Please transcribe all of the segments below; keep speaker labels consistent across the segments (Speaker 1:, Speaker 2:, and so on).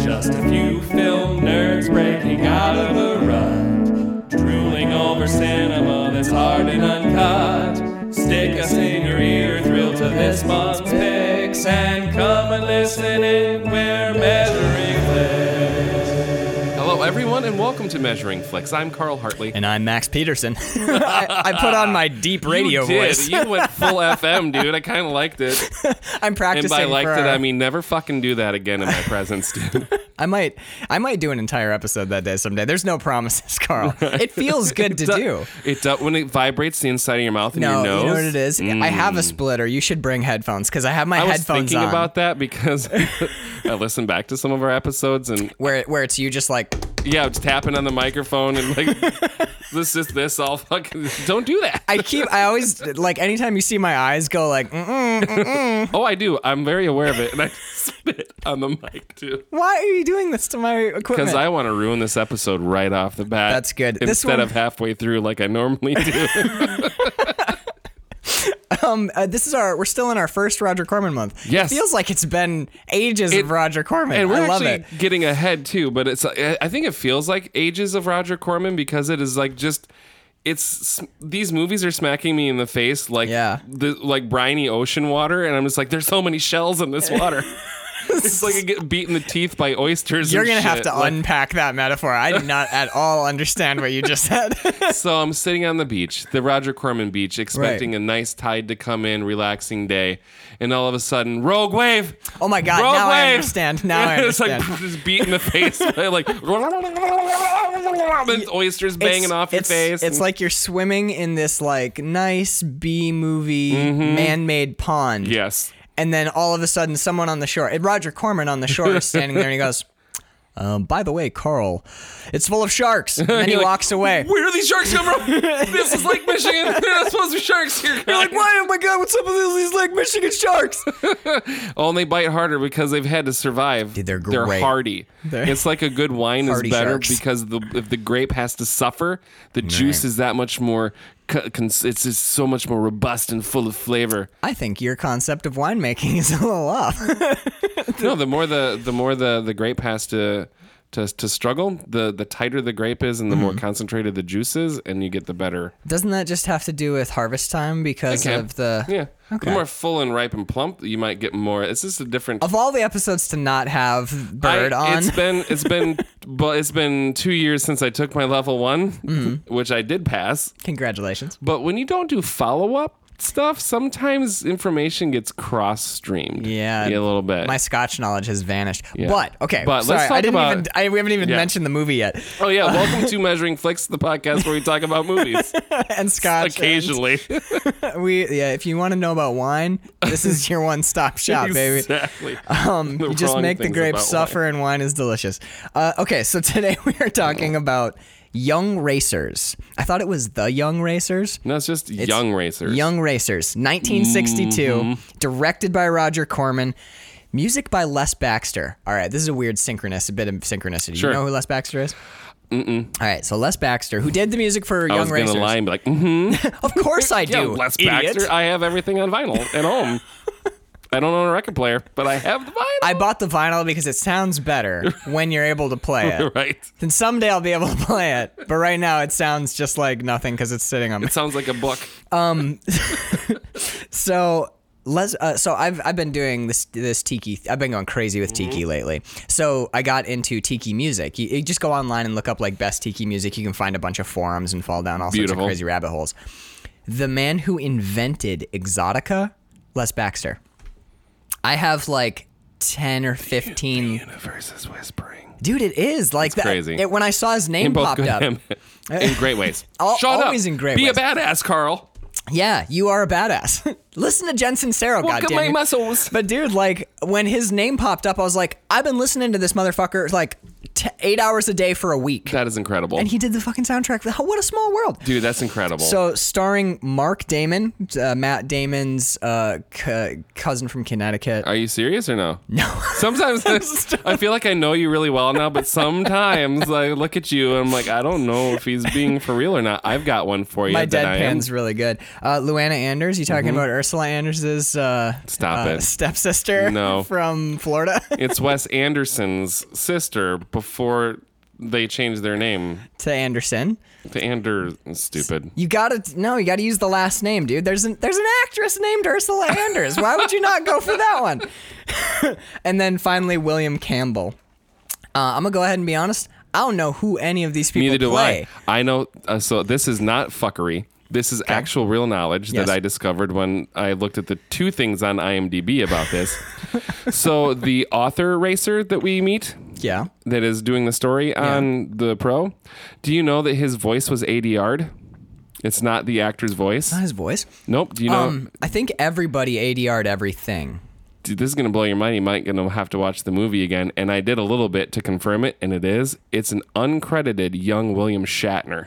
Speaker 1: just a few film nerds breaking out of a rut, drooling over cinema that's hard and uncut. Stick us in your ear, thrill to this month's picks, and come and listen in. We're measuring flicks. Hello, everyone, and welcome to Measuring Flicks. I'm Carl Hartley.
Speaker 2: And I'm Max Peterson. I, I put on my deep radio
Speaker 1: you did.
Speaker 2: voice.
Speaker 1: You went full FM, dude. I kind of liked it.
Speaker 2: I'm practicing.
Speaker 1: And by liked
Speaker 2: for
Speaker 1: it,
Speaker 2: our-
Speaker 1: I mean never fucking do that again in my presence, dude.
Speaker 2: I might, I might do an entire episode that day someday. There's no promises, Carl. It feels good to do.
Speaker 1: It does when it vibrates the inside of your mouth and your
Speaker 2: No,
Speaker 1: nose. Mm. Hmm.
Speaker 2: you know what it is. I have a splitter. You should bring headphones because I have my
Speaker 1: I was
Speaker 2: headphones
Speaker 1: thinking
Speaker 2: on.
Speaker 1: about that because I listened back to some of our episodes and
Speaker 2: where, where it's you just like
Speaker 1: yeah, just tapping on the microphone and like this is this all fucking don't do that.
Speaker 2: I keep. I always like anytime you see my eyes go like, "Mm-mm,
Speaker 1: oh, I do. I'm very aware of it, and I spit on the mic too.
Speaker 2: why are you doing this to my equipment?
Speaker 1: Because I want to ruin this episode right off the bat.
Speaker 2: That's good.
Speaker 1: Instead
Speaker 2: This one- of
Speaker 1: of halfway through like I normally do.
Speaker 2: Uh, this is our. We're still in our first Roger Corman month.
Speaker 1: Yes.
Speaker 2: it feels like it's been ages of Roger Corman.
Speaker 1: and we're
Speaker 2: I love
Speaker 1: actually
Speaker 2: it.
Speaker 1: getting ahead too but it's i I think it feels like ages of roger corman because it is like just it's these movies are smacking me in the face like
Speaker 2: Yeah.
Speaker 1: the like briny ocean water and i'm just like there's so many shells in this water it's like i get beat in the teeth by oysters
Speaker 2: You're
Speaker 1: and
Speaker 2: gonna have
Speaker 1: shit.
Speaker 2: to
Speaker 1: Like,
Speaker 2: unpack that metaphor. I did not at all understand what you just said.
Speaker 1: so i'm sitting on the beach the roger corman beach expecting a nice tide to come in relaxing day and all of a sudden rogue wave
Speaker 2: oh my god!
Speaker 1: Rogue
Speaker 2: now I
Speaker 1: wave!
Speaker 2: understand. Now I
Speaker 1: it's like
Speaker 2: understand.
Speaker 1: just beat in the face, by, like and oysters banging off your
Speaker 2: it's,
Speaker 1: face.
Speaker 2: It's like you're swimming in this like nice B movie man-made pond.
Speaker 1: yes,
Speaker 2: And then all of a sudden, someone on the shore, and Roger Corman on the shore, is standing there, and he goes. Um, by the way, Carl, it's full of sharks. And then he
Speaker 1: like,
Speaker 2: walks away.
Speaker 1: where do these sharks come from? this is Lake Michigan. They're not supposed to be sharks here.
Speaker 2: You're like, why? Oh my god, what's up with these like Michigan sharks?
Speaker 1: Oh, and they bite harder because they've had to survive.
Speaker 2: Dude, they're
Speaker 1: They're
Speaker 2: great.
Speaker 1: hardy.
Speaker 2: They're-
Speaker 1: it's like a good wine is
Speaker 2: Hardy
Speaker 1: better
Speaker 2: sharks.
Speaker 1: because the if the grape has to suffer, the juice is that much more. co- cons- It's just so much more robust and full of flavor.
Speaker 2: I think your concept of winemaking is a little off.
Speaker 1: no, the more the the more the the grape has to to, to struggle, the the tighter the grape is, and the
Speaker 2: Mm-hmm.
Speaker 1: more concentrated the juice is, and you get the better.
Speaker 2: Doesn't that just have to do with harvest time because
Speaker 1: Okay.
Speaker 2: of the
Speaker 1: Yeah,
Speaker 2: Okay.
Speaker 1: the more full and ripe and plump, you might get more. It's just a different.
Speaker 2: of all the episodes to not have
Speaker 1: I-
Speaker 2: bird on?
Speaker 1: It's been it's been but it's been two years since I took my level one,
Speaker 2: Mm-hmm.
Speaker 1: which I did pass.
Speaker 2: Congratulations.
Speaker 1: But when you don't do follow up stuff, sometimes information gets cross streamed.
Speaker 2: Yeah.
Speaker 1: a little bit.
Speaker 2: My Scotch knowledge has vanished. But okay,
Speaker 1: But let's
Speaker 2: sorry, I
Speaker 1: talk
Speaker 2: didn't
Speaker 1: about-
Speaker 2: even I, we haven't even
Speaker 1: Yeah.
Speaker 2: mentioned the movie yet.
Speaker 1: oh yeah, welcome to Measuring Flicks, the podcast where we talk about movies
Speaker 2: and Scotch.
Speaker 1: occasionally.
Speaker 2: and we yeah, if you want to know about wine, this is your one stop shop, baby.
Speaker 1: Exactly. Um,
Speaker 2: You just make the grapes suffer and wine is delicious. Uh, okay, so today we are talking about Young Racers. I thought it was The Young Racers.
Speaker 1: No, it's just young racers. Mm-hmm.
Speaker 2: Young Racers, 1962, directed by Roger Corman, music by Les Baxter. All right, this is a weird synchronicity, a bit of synchronicity.
Speaker 1: Sure.
Speaker 2: You know who Les Baxter is? Mm-mm. All right, so Les Baxter, who did the music for
Speaker 1: I
Speaker 2: Young
Speaker 1: was gonna
Speaker 2: Racers.
Speaker 1: lie and be like, mm-hmm,
Speaker 2: Of course I do.
Speaker 1: yeah, Les
Speaker 2: idiot.
Speaker 1: Baxter. I have everything on vinyl at home. I don't own a record player, but I have the vinyl.
Speaker 2: I bought the vinyl because it sounds better when you're able to play it.
Speaker 1: right.
Speaker 2: Then someday I'll be able to play it, but right now it sounds just like nothing because it's sitting on my
Speaker 1: It sounds like a book.
Speaker 2: So Les, uh, so I've I've been doing this this tiki. I've been going crazy with tiki
Speaker 1: Mm-hmm.
Speaker 2: lately. So I got into tiki music. You, you just go online and look up like best tiki music. You can find a bunch of forums and fall down all sorts
Speaker 1: Beautiful.
Speaker 2: of crazy rabbit holes. The man who invented exotica, Les Baxter. I have like ten or fifteen.
Speaker 1: Universe is whispering.
Speaker 2: Dude, it is like that.
Speaker 1: crazy.
Speaker 2: It, when I saw his name
Speaker 1: In both
Speaker 2: popped
Speaker 1: good
Speaker 2: up,
Speaker 1: and in great ways.
Speaker 2: Al-
Speaker 1: Shut up.
Speaker 2: always in great
Speaker 1: Be
Speaker 2: ways.
Speaker 1: a badass, Carl.
Speaker 2: Yeah, you are a badass. Listen to Jensen Sincero,
Speaker 1: Look at
Speaker 2: goddamn
Speaker 1: my
Speaker 2: it.
Speaker 1: muscles.
Speaker 2: But dude, like when his name popped up, I was like, I've been listening to this motherfucker like t- eight hours a day for a week.
Speaker 1: That is incredible.
Speaker 2: and he did the fucking soundtrack. for- What a small world.
Speaker 1: Dude, that's incredible.
Speaker 2: So, starring Mark Damon, uh, Matt Damon's uh, c- cousin from Connecticut.
Speaker 1: Are you serious or no?
Speaker 2: no,
Speaker 1: Sometimes I feel like I know you really well now, but sometimes I look at you and I'm like, I don't know if he's being for real or not. I've got one for you.
Speaker 2: my
Speaker 1: that I am. Mm-hmm.
Speaker 2: deadpan's really good. Uh, Luana Anders, you talking about Ursula Anders's uh,
Speaker 1: Stop
Speaker 2: uh,
Speaker 1: it.
Speaker 2: stepsister
Speaker 1: No.
Speaker 2: from Florida?
Speaker 1: It's Wes Anderson's sister before they changed their name
Speaker 2: to Anderson.
Speaker 1: to Anders. Stupid.
Speaker 2: You gotta no, you gotta use the last name, dude. There's an there's an actress named Ursula Anders. Why would you not go for that one? and then finally William Campbell. Uh, I'm gonna go ahead and be honest. I don't know who any of these people
Speaker 1: Neither do
Speaker 2: play.
Speaker 1: I. I know. Uh, so this is not fuckery. This is actual real knowledge
Speaker 2: Yes.
Speaker 1: that I discovered when I looked at the two things on IMDb about this. so the author racer that we meet
Speaker 2: Yeah.
Speaker 1: that is doing the story on the pro, do you know that his voice was ADR'd? It's not the actor's voice.
Speaker 2: His voice.
Speaker 1: Nope. Do you know?
Speaker 2: Um, I think everybody ADR'd everything.
Speaker 1: dude, this is gonna blow your mind. You might gonna have to watch the movie again. And I did a little bit to confirm it, and it is. It's an uncredited young William Shatner.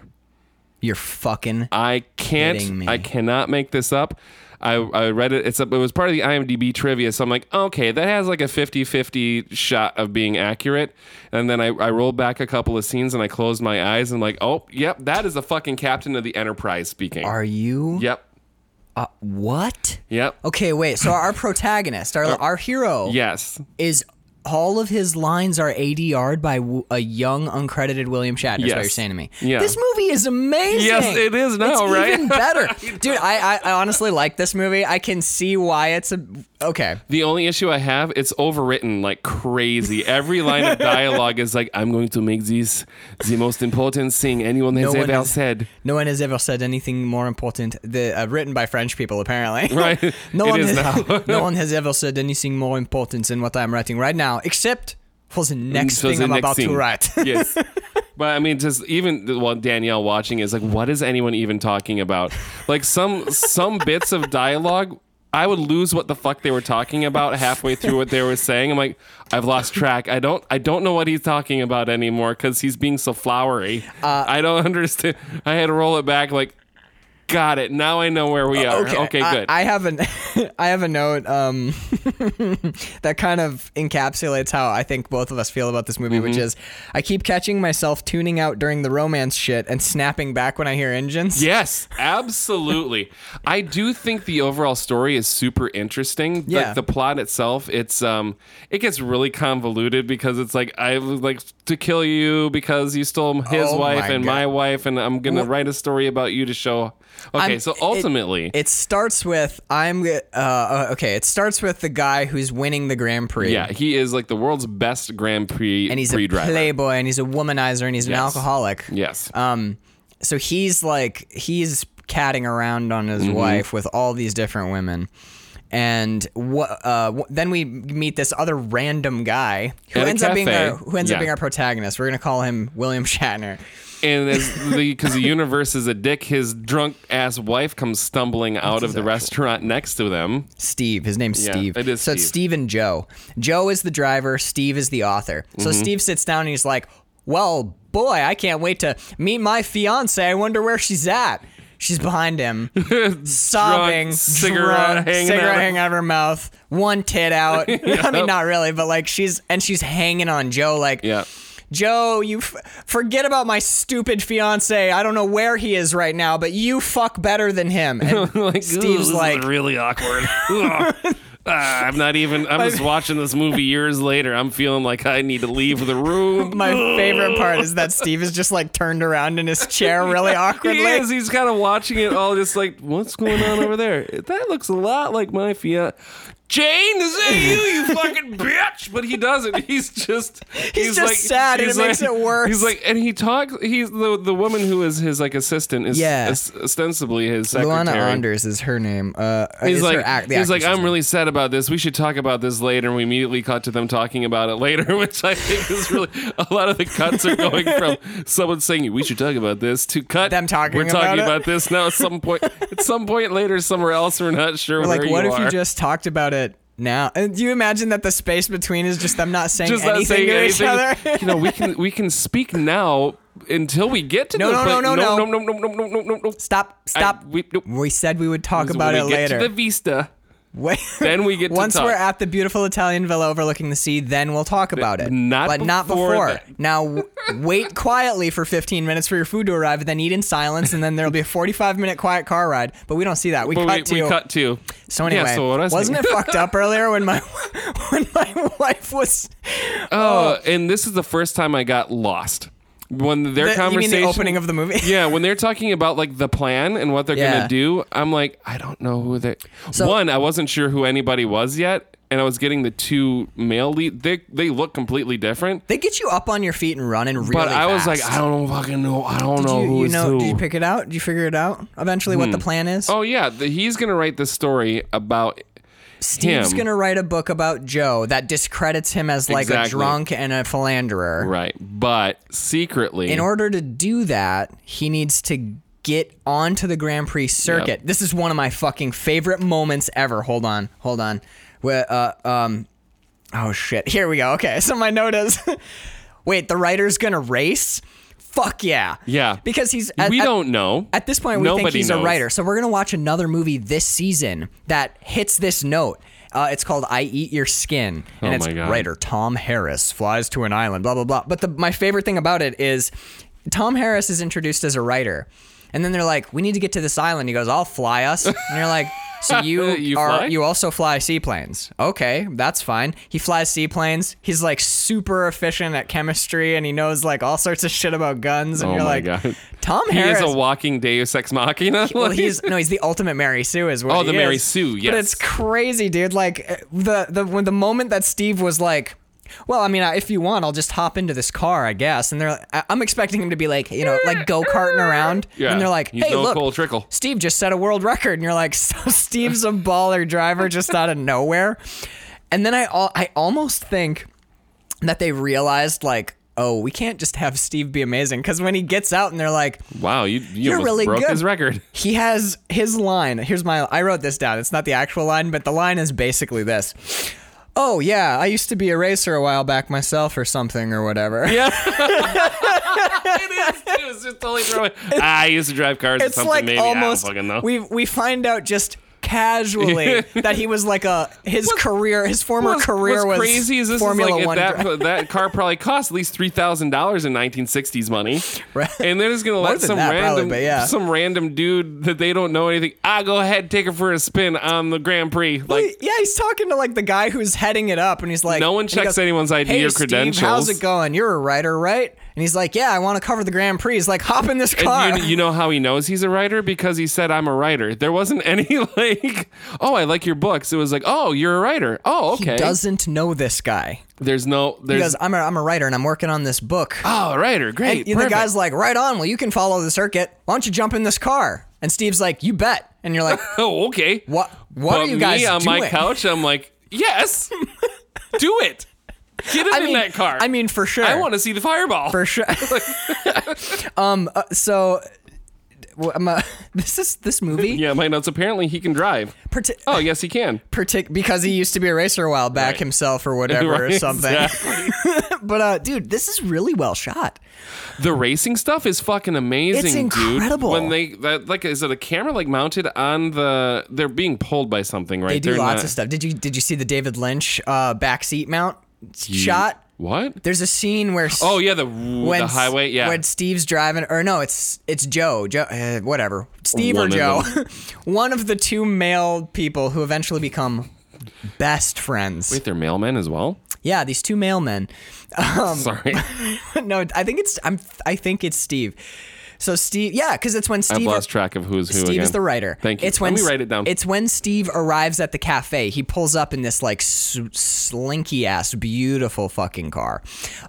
Speaker 2: You're fucking
Speaker 1: I
Speaker 2: Kidding me.
Speaker 1: can't. I cannot make this up. I, I read it. It's up. It was part of the IMDb trivia. So I'm like, okay, that has like a 50-50 shot of being accurate. And then I, I rolled back a couple of scenes and I closed my eyes and like, oh, yep, that is the fucking captain of the Enterprise speaking.
Speaker 2: are you Uh, Oh.
Speaker 1: yep,
Speaker 2: what?
Speaker 1: yep,
Speaker 2: Okay, wait. So our protagonist, our our hero
Speaker 1: yes.
Speaker 2: is all of his lines are ADR'd by w- a young uncredited William Shatner. Is what
Speaker 1: Yes.
Speaker 2: you're saying to me.
Speaker 1: Yeah.
Speaker 2: This movie is amazing.
Speaker 1: Yes, it is now,
Speaker 2: It's
Speaker 1: right?
Speaker 2: Even better, dude. I, I I honestly like this movie. I can see why it's a okay.
Speaker 1: The only issue I have, it's overwritten like crazy. Every line of dialogue is like, I'm going to make this the most important thing anyone has
Speaker 2: one
Speaker 1: ever
Speaker 2: has-
Speaker 1: said.
Speaker 2: No one has ever said anything more important. The uh, written by French people, apparently.
Speaker 1: Right.
Speaker 2: no
Speaker 1: It
Speaker 2: one
Speaker 1: is
Speaker 2: has,
Speaker 1: now.
Speaker 2: no one has ever said anything more important than what I'm writing right now, except for the next
Speaker 1: So
Speaker 2: thing
Speaker 1: the
Speaker 2: I'm
Speaker 1: next
Speaker 2: about
Speaker 1: scene.
Speaker 2: to write.
Speaker 1: yes. But I mean, just even while Danielle watching is like, what is anyone even talking about? Like some some bits of dialogue, I would lose what the fuck they were talking about halfway through what they were saying. I'm like, I've lost track. I don't I don't know what he's talking about anymore because he's being so flowery.
Speaker 2: Uh,
Speaker 1: I don't understand. I had to roll it back. Like, got it. Now I know where we are. Okay,
Speaker 2: uh, I,
Speaker 1: good.
Speaker 2: I have an I have a note um, that kind of encapsulates how I think both of us feel about this movie,
Speaker 1: Mm-hmm.
Speaker 2: which is I keep catching myself tuning out during the romance shit and snapping back when I hear engines.
Speaker 1: Yes, absolutely. I do think the overall story is super interesting.
Speaker 2: Yeah.
Speaker 1: Like the plot itself, it's um it gets really convoluted because it's like I would like to kill you because you stole his
Speaker 2: Oh
Speaker 1: wife
Speaker 2: my
Speaker 1: and
Speaker 2: God.
Speaker 1: my wife and I'm going to write a story about you to show Okay,
Speaker 2: I'm-
Speaker 1: so ultimately
Speaker 2: It starts with I'm uh, uh, okay. It starts with the guy who's winning the Grand Prix.
Speaker 1: yeah, he is like the world's best Grand Prix
Speaker 2: and he's
Speaker 1: Prix
Speaker 2: a
Speaker 1: driver.
Speaker 2: playboy and he's a womanizer and he's an
Speaker 1: Yes.
Speaker 2: alcoholic.
Speaker 1: yes.
Speaker 2: Um, so he's like he's catting around on
Speaker 1: Mm-hmm.
Speaker 2: his wife with all these different women, and what? Uh, wh- then we meet this other random guy who
Speaker 1: At a
Speaker 2: ends up being
Speaker 1: cafe.
Speaker 2: our, who ends up
Speaker 1: Yeah.
Speaker 2: being our protagonist. We're gonna call him William Shatner.
Speaker 1: and as the because the universe is a dick, his drunk ass wife comes stumbling out of the restaurant next to them.
Speaker 2: Steve. His name's
Speaker 1: Yeah,
Speaker 2: Steve.
Speaker 1: it is
Speaker 2: so it's
Speaker 1: Steve.
Speaker 2: Steve and Joe. Joe is the driver. Steve is the author. So
Speaker 1: Mm-hmm.
Speaker 2: Steve sits down and he's like, "Well, boy, I can't wait to meet my fiance. I wonder where she's at." She's behind him, sobbing,
Speaker 1: cigarette
Speaker 2: drunk,
Speaker 1: hanging
Speaker 2: cigarette
Speaker 1: out.
Speaker 2: hanging out of her mouth, one tit out. I mean, not really, but like she's and she's hanging on Joe, like,
Speaker 1: Yeah.
Speaker 2: Joe, you f- forget about my stupid fiance. I don't know where he is right now, but you fuck better than him. And
Speaker 1: like, "Ooh, this
Speaker 2: Steve's
Speaker 1: is
Speaker 2: like,
Speaker 1: really awkward. Ugh. Ah, I'm not even. I'm just watching this movie years later. I'm feeling like I need to leave the room.
Speaker 2: My favorite part is that Steve is just like turned around in his chair really awkwardly.
Speaker 1: He is. He's kind of watching it all, just like, what's going on over there? That looks a lot like my fiance. Jane, is that you, you fucking bitch? But he doesn't. He's just. He's,
Speaker 2: just
Speaker 1: like,
Speaker 2: sad and
Speaker 1: he's
Speaker 2: it makes
Speaker 1: like-
Speaker 2: it worse.
Speaker 1: He's like, and he talks. He's the the woman who is his like assistant is
Speaker 2: Yeah.
Speaker 1: is ostensibly his secretary.
Speaker 2: Luana Anders is her name. Uh,
Speaker 1: He's
Speaker 2: is
Speaker 1: like,
Speaker 2: her act, the
Speaker 1: he's like,
Speaker 2: actress's
Speaker 1: I'm
Speaker 2: name.
Speaker 1: really sad about this. We should talk about this later. And we immediately cut to them talking about it later, which I think is really a lot of the cuts are going from someone saying we should talk about this to cut
Speaker 2: Them talking
Speaker 1: We're talking
Speaker 2: about it.
Speaker 1: about this now. At some point, at some point later, somewhere else, we're not sure
Speaker 2: We're
Speaker 1: where
Speaker 2: like,
Speaker 1: you
Speaker 2: what if
Speaker 1: are.
Speaker 2: you just talked about it now. And do you imagine that the space between is just them not saying
Speaker 1: Just not saying
Speaker 2: anything to
Speaker 1: anything.
Speaker 2: each other?
Speaker 1: you know, we can we can speak now until we get to
Speaker 2: No,
Speaker 1: the
Speaker 2: no, no,
Speaker 1: pla-
Speaker 2: no,
Speaker 1: no,
Speaker 2: no.
Speaker 1: no, no, no, no, no, no, no.
Speaker 2: stop,
Speaker 1: I-
Speaker 2: stop.
Speaker 1: we, no.
Speaker 2: we said we would talk
Speaker 1: When
Speaker 2: about
Speaker 1: we
Speaker 2: it
Speaker 1: get
Speaker 2: later.
Speaker 1: to the vista.
Speaker 2: Wait-
Speaker 1: Then we get to
Speaker 2: once
Speaker 1: talk.
Speaker 2: we're at the beautiful Italian villa overlooking the sea, then we'll talk about it.
Speaker 1: not
Speaker 2: but not
Speaker 1: before
Speaker 2: before.
Speaker 1: that.
Speaker 2: Now w- wait quietly for 15 minutes for your food to arrive, and then eat in silence, and then there'll be a 45 minute quiet car ride. But we don't see that. We
Speaker 1: But
Speaker 2: cut
Speaker 1: we,
Speaker 2: to
Speaker 1: we cut to.
Speaker 2: So anyway,
Speaker 1: yeah, so what I was
Speaker 2: wasn't it
Speaker 1: thinking-
Speaker 2: fucked up earlier when my when my wife was
Speaker 1: Oh, and this is the first time I got lost. When their
Speaker 2: the, you mean
Speaker 1: conversation
Speaker 2: the opening of the movie?
Speaker 1: Yeah, when they're talking about like the plan and what they're
Speaker 2: Yeah.
Speaker 1: gonna do, I'm like, I don't know who they.
Speaker 2: So-
Speaker 1: One, I wasn't sure who anybody was yet, and I was getting the two male lead. They they look completely different,
Speaker 2: They get you up on your feet and running really
Speaker 1: but I was like,
Speaker 2: fast.
Speaker 1: I don't fucking know. I don't know
Speaker 2: Did you,
Speaker 1: who
Speaker 2: you
Speaker 1: is
Speaker 2: know,
Speaker 1: who.
Speaker 2: did you pick it out? Did you figure it out eventually what the plan is?
Speaker 1: oh yeah, the, he's gonna write the story about
Speaker 2: Steve's
Speaker 1: him.
Speaker 2: gonna write a book about Joe that discredits him as like
Speaker 1: Exactly.
Speaker 2: a drunk and a philanderer.
Speaker 1: right, but secretly
Speaker 2: In order to do that, he needs to get onto the Grand Prix circuit. This is one of my fucking favorite moments ever. Hold on, hold on. Wh- uh, um, oh shit, here we go. Okay, so my note is, wait, the writer's gonna race? Fuck yeah.
Speaker 1: Yeah.
Speaker 2: Because he's at,
Speaker 1: we
Speaker 2: at-
Speaker 1: don't know.
Speaker 2: At this point, we think
Speaker 1: Nobody
Speaker 2: he's a
Speaker 1: knows.
Speaker 2: writer. So we're gonna watch another movie this season that hits this note. Uh, it's called "I Eat Your Skin," and
Speaker 1: Oh
Speaker 2: it's
Speaker 1: my God.
Speaker 2: writer Tom Harris flies to an island. Blah blah blah. But the, my favorite thing about it is Tom Harris is introduced as a writer, and then they're like, "We need to get to this island." He goes, "I'll fly us," and you're like. So you,
Speaker 1: You
Speaker 2: are
Speaker 1: fly?
Speaker 2: you also fly seaplanes. Okay, that's fine. He flies seaplanes. He's like super efficient at chemistry and he knows like all sorts of shit about guns and
Speaker 1: Oh
Speaker 2: you're
Speaker 1: my
Speaker 2: like
Speaker 1: God.
Speaker 2: Tom
Speaker 1: He
Speaker 2: Harris
Speaker 1: is a walking Deus Ex Machina.
Speaker 2: well,
Speaker 1: like-
Speaker 2: he's no, he's the ultimate Mary Sue is what.
Speaker 1: Oh,
Speaker 2: he
Speaker 1: the Mary
Speaker 2: is.
Speaker 1: Sue,
Speaker 2: But
Speaker 1: yes.
Speaker 2: it's crazy, dude. Like uh, the the when the moment that Steve was like. Well, I mean, I- if you want, I'll just hop into this car, I guess. And they're, I- I'm expecting him to be like, you know, like go karting around.
Speaker 1: Yeah.
Speaker 2: And they're like,
Speaker 1: He's
Speaker 2: hey,
Speaker 1: no
Speaker 2: look,
Speaker 1: Cole Trickle."
Speaker 2: Steve just set a world record, and you're like, so Steve's a baller driver just out of nowhere. And then I, al- I almost think that they realized like, oh, we can't just have Steve be amazing because when he gets out, and they're like,
Speaker 1: wow, you, you
Speaker 2: you're
Speaker 1: almost
Speaker 2: really
Speaker 1: broke
Speaker 2: good.
Speaker 1: his record.
Speaker 2: He has his line. Here's my. I wrote this down. It's not the actual line, but the line is basically this. Oh yeah, I used to be a racer a while back myself, or something, or whatever.
Speaker 1: Yeah. it is. It was just totally throwing. I used to drive cars or
Speaker 2: it's
Speaker 1: something.
Speaker 2: like
Speaker 1: maybe
Speaker 2: almost.
Speaker 1: I don't fucking know.
Speaker 2: We we find out just casually that he was like a his career, his former
Speaker 1: What's-
Speaker 2: career
Speaker 1: what's
Speaker 2: was
Speaker 1: crazy is this
Speaker 2: Formula
Speaker 1: is like
Speaker 2: One.
Speaker 1: that
Speaker 2: dri-
Speaker 1: that car probably cost at least three thousand dollars in nineteen sixties money,
Speaker 2: Right.
Speaker 1: and they're just gonna let
Speaker 2: than
Speaker 1: some
Speaker 2: that, probably,
Speaker 1: random
Speaker 2: but yeah.
Speaker 1: some random dude that they don't know anything. I go ahead take her for a spin on the Grand Prix. Like
Speaker 2: yeah, he's talking to like the guy who's headting it up, and he's like,
Speaker 1: No one
Speaker 2: and he
Speaker 1: checks
Speaker 2: goes,
Speaker 1: anyone's ID
Speaker 2: hey,
Speaker 1: or
Speaker 2: Steve,
Speaker 1: credentials."
Speaker 2: how's it going? You're a writer, right? And he's like, yeah, I want to cover the Grand Prix. He's like, hop in this car.
Speaker 1: And you, you know how he knows he's a writer because he said I'm a writer. There wasn't any like, oh, I like your books. It was like, oh, you're a writer. Oh, okay.
Speaker 2: He doesn't know this guy.
Speaker 1: There's no.
Speaker 2: He
Speaker 1: There's
Speaker 2: goes, I'm a, I'm a writer and I'm working on this book.
Speaker 1: oh, a writer.
Speaker 2: and
Speaker 1: Great.
Speaker 2: the
Speaker 1: perfect.
Speaker 2: guy's like, right on. Well, you can follow the circuit. Why don't you jump in this car? And Steve's like, you bet. And you're like,
Speaker 1: oh, okay.
Speaker 2: what? What
Speaker 1: but
Speaker 2: are you guys
Speaker 1: me on
Speaker 2: doing?
Speaker 1: my couch, I'm like, yes, do it. Get him
Speaker 2: I
Speaker 1: in
Speaker 2: mean,
Speaker 1: that car.
Speaker 2: I mean, for sure.
Speaker 1: I want to see the fireball.
Speaker 2: for sure. um. uh, so, well, I'm, uh, this is this movie.
Speaker 1: yeah, my notes. Apparently, he can drive.
Speaker 2: Parti-
Speaker 1: Oh, yes, he can.
Speaker 2: partic- because he used to be a racer a while back
Speaker 1: Right.
Speaker 2: himself or whatever
Speaker 1: Right,
Speaker 2: or something.
Speaker 1: exactly.
Speaker 2: But uh, dude, this is really well shot.
Speaker 1: The racing stuff is fucking amazing,
Speaker 2: It's incredible.
Speaker 1: dude. When they that like is it a camera like mounted on the they're being pulled by something, right?
Speaker 2: They do
Speaker 1: They're
Speaker 2: lots
Speaker 1: not-
Speaker 2: of stuff. Did you did you see the David Lynch uh, backseat mount shot?
Speaker 1: What?
Speaker 2: There's a scene where s-
Speaker 1: Oh yeah, the
Speaker 2: when
Speaker 1: the
Speaker 2: s-
Speaker 1: highway. Yeah.
Speaker 2: when Steve's driving or no it's it's Joe Joe uh, whatever Steve
Speaker 1: One
Speaker 2: or
Speaker 1: of
Speaker 2: Joe one of the two male people who eventually become best friends
Speaker 1: Wait, they're mailmen as well.
Speaker 2: yeah these two male men Um,
Speaker 1: Sorry,
Speaker 2: no I think it's I'm I think it's Steve so Steve yeah because it's when
Speaker 1: I've
Speaker 2: Steve
Speaker 1: lost track of who's who.
Speaker 2: Steve
Speaker 1: again.
Speaker 2: is the writer.
Speaker 1: Thank you.
Speaker 2: It's when
Speaker 1: Let me write it down.
Speaker 2: It's when Steve arrives at the cafe. He pulls up in this like su- slinky ass, beautiful fucking car,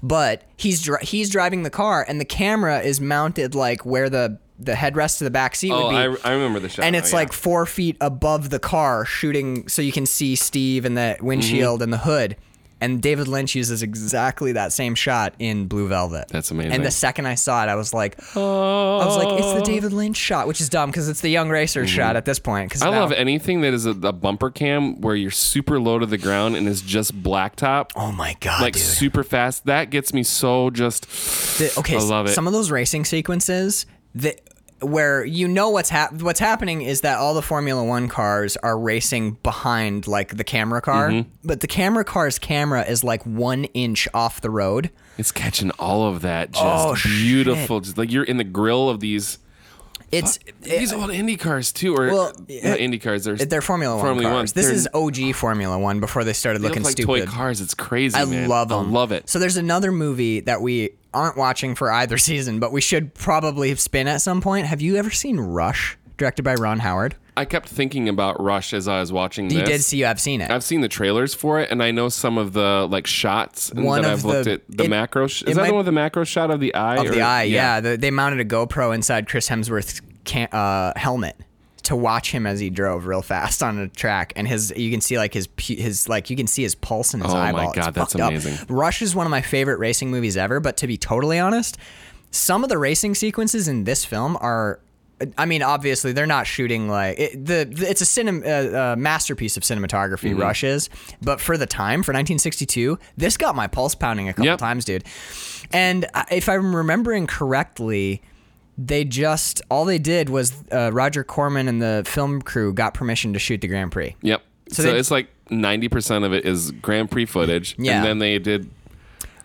Speaker 2: but he's dri- he's driving the car, and the camera is mounted like where the the headrest to the back seat
Speaker 1: oh,
Speaker 2: would be.
Speaker 1: I, I remember the shot.
Speaker 2: and
Speaker 1: now,
Speaker 2: it's
Speaker 1: yeah.
Speaker 2: like four
Speaker 1: Mm-hmm.
Speaker 2: feet above the car, shooting so you can see Steve and the windshield and the hood. And David Lynch uses exactly that same shot in Blue Velvet.
Speaker 1: That's amazing. Oh.
Speaker 2: And the second I saw it, I was like, I was like, it's the David Lynch shot, which is dumb because it's the Young Racer shot at this point. Because
Speaker 1: Mm-hmm. I love anything that is a, a bumper cam where you're super low to the ground and is just blacktop,
Speaker 2: Oh my god,
Speaker 1: like
Speaker 2: dude.
Speaker 1: super fast. That gets me so just.
Speaker 2: The- okay,
Speaker 1: I
Speaker 2: s-
Speaker 1: love it.
Speaker 2: some of those racing sequences that where you know what's hap- what's happening is that all the Formula 1 cars are racing behind like the camera car,
Speaker 1: Mm-hmm.
Speaker 2: but the camera car's camera is like 1 inch off the road.
Speaker 1: It's catching all of that just
Speaker 2: Oh,
Speaker 1: beautiful. Just like you're in the grill of these
Speaker 2: It's
Speaker 1: these old Indy cars too, or
Speaker 2: Eh, Well, eh,
Speaker 1: not Indy cars. They're,
Speaker 2: they're Formula 1
Speaker 1: Formula
Speaker 2: cars.
Speaker 1: One.
Speaker 2: This
Speaker 1: They're-
Speaker 2: is OG Formula 1 before they started
Speaker 1: they
Speaker 2: looking
Speaker 1: look like toy
Speaker 2: stupid.
Speaker 1: cars. It's crazy.
Speaker 2: I
Speaker 1: man.
Speaker 2: love
Speaker 1: I
Speaker 2: them.
Speaker 1: love it.
Speaker 2: So there's another movie that we aren't watching for either season, but we should probably spin at some point. Have you ever seen Rush, directed by Ron Howard?
Speaker 1: I kept thinking about Rush as I was watching.
Speaker 2: You
Speaker 1: this.
Speaker 2: did see you have seen it.
Speaker 1: I've seen the trailers for it, and I know some of the like shots. And
Speaker 2: One
Speaker 1: that
Speaker 2: of
Speaker 1: I've looked
Speaker 2: the-
Speaker 1: at the
Speaker 2: it-
Speaker 1: macro. Sh-
Speaker 2: it
Speaker 1: is that
Speaker 2: might-
Speaker 1: the one with the macro shot of the eye?
Speaker 2: of the eye. Yeah, The- they mounted a GoPro inside Chris Hemsworth's can- uh, helmet to watch him as he drove real fast on a track, and his you can see like his pu- his like you can see his pulse in his
Speaker 1: Oh my
Speaker 2: eyeball. It's
Speaker 1: God, that's
Speaker 2: fucked up.
Speaker 1: amazing.
Speaker 2: Rush is one of my favorite racing movies ever, but to be totally honest, some of the racing sequences in this film are. I mean, obviously, they're not shooting like it, the, the. It's a cinem, uh, uh, masterpiece of cinematography. Rush is, but for the time, for 1962, this got my pulse pounding a couple
Speaker 1: Yep.
Speaker 2: times, dude. And I- if I'm remembering correctly, they just all they did was uh, Roger Corman and the film crew got permission to shoot the Grand Prix.
Speaker 1: Yep.
Speaker 2: So
Speaker 1: So,
Speaker 2: they-
Speaker 1: it's like ninety percent of it is Grand Prix footage.
Speaker 2: Yeah.
Speaker 1: And then they did.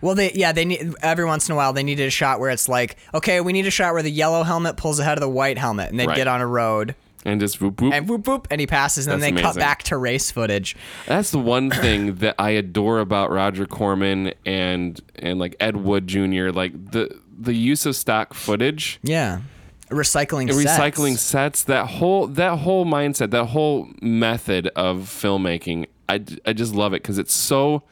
Speaker 2: Well, they yeah they need every once in a while they needed a shot where it's like okay we need a shot where the yellow helmet pulls ahead of the white helmet and they would
Speaker 1: Right.
Speaker 2: get on a road
Speaker 1: And just whoop whoop.
Speaker 2: and whoop whoop and he passes and then
Speaker 1: That's
Speaker 2: they cut
Speaker 1: amazing.
Speaker 2: back to race footage.
Speaker 1: That's the one thing that I adore about Roger Corman and and like Ed Wood Jr. Like the the use of stock footage,
Speaker 2: Yeah, recycling
Speaker 1: and
Speaker 2: sets.
Speaker 1: recycling sets, that whole that whole mindset, that whole method of filmmaking. I, d- I just love it because it's so.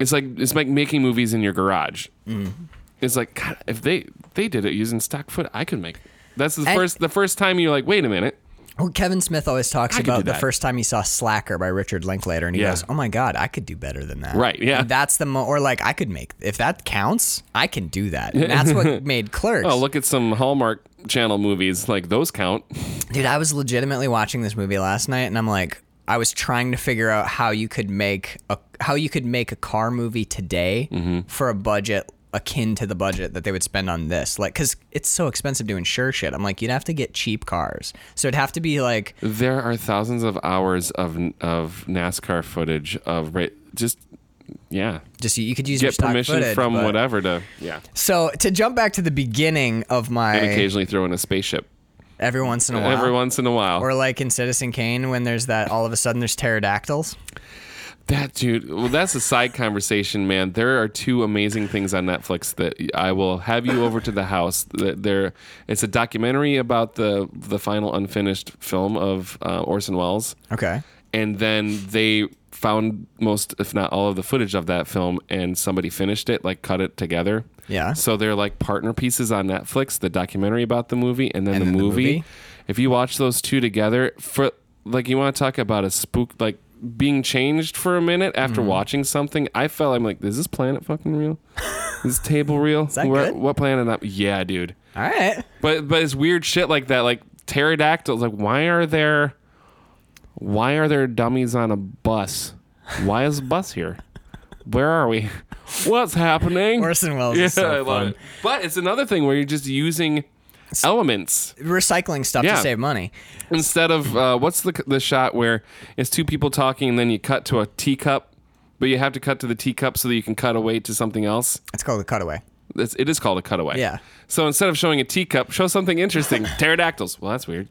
Speaker 1: It's like it's like making movies in your garage.
Speaker 2: Mm.
Speaker 1: It's like God, if they they did it using stock foot, I could make. It. That's the
Speaker 2: And-
Speaker 1: first the first time you're like, wait a minute.
Speaker 2: Well, Kevin Smith always talks
Speaker 1: I could do
Speaker 2: about the
Speaker 1: that.
Speaker 2: first time he saw Slacker by Richard Linklater, and he
Speaker 1: Yeah.
Speaker 2: goes, "Oh my God, I could do better than that."
Speaker 1: Right, yeah.
Speaker 2: And that's the mo- or like I could make if that counts, I can do that. And that's what made Clerks.
Speaker 1: Oh, look at some Hallmark Channel movies. Like those count.
Speaker 2: Dude, I was legitimately watching this movie last night, and I'm like, I was trying to figure out how you could make a how you could make a car movie today
Speaker 1: Mm-hmm.
Speaker 2: for a budget akin to the budget that they would spend on this, like, because it's so expensive to insure shit. I'm like, you'd have to get cheap cars, so it'd have to be like,
Speaker 1: There are thousands of hours of of NASCAR footage of ra- just yeah.
Speaker 2: just you could use your
Speaker 1: Get
Speaker 2: stock
Speaker 1: permission
Speaker 2: footage,
Speaker 1: from
Speaker 2: but-
Speaker 1: whatever to yeah.
Speaker 2: So to jump back to the beginning of my
Speaker 1: And occasionally throw in a spaceship
Speaker 2: every once in a while,
Speaker 1: every once in a while.
Speaker 2: or like in Citizen Kane when there's that all of a sudden there's pterodactyls.
Speaker 1: that dude. Well, that's a side conversation, man. There are two amazing things on Netflix that I will have you over to the house. That There, it's a documentary about the the final unfinished film of uh, Orson Welles.
Speaker 2: Okay.
Speaker 1: and then they found most if not all of the footage of that film and somebody finished it like cut it together
Speaker 2: Yeah.
Speaker 1: so they're like partner pieces on netflix the documentary about the movie and then,
Speaker 2: And
Speaker 1: the,
Speaker 2: then the
Speaker 1: movie.
Speaker 2: movie.
Speaker 1: if you watch those two together for like you want to talk about a spook like being changed for a minute after
Speaker 2: Mm-hmm.
Speaker 1: watching something i felt i'm like is this planet fucking real is this table real
Speaker 2: that
Speaker 1: Where-
Speaker 2: good?
Speaker 1: what planet am I-" yeah dude
Speaker 2: All right.
Speaker 1: but but it's weird shit like that, like pterodactyls. Like why are there, why are there dummies on a bus? Why is a bus here? Where are we? What's happening?
Speaker 2: Orson Welles is so fun.
Speaker 1: it. But it's another thing where you're just using elements
Speaker 2: Recycling stuff
Speaker 1: Yeah.
Speaker 2: to save money.
Speaker 1: instead of uh, what's the the shot where it's two people talking and then you cut to a teacup, but you have to cut to the teacup so that you can cut away to something else.
Speaker 2: It's called a cutaway.
Speaker 1: It's, it is called a cutaway.
Speaker 2: Yeah.
Speaker 1: So instead of showing a teacup, show something interesting. Pterodactyls. Well, that's weird.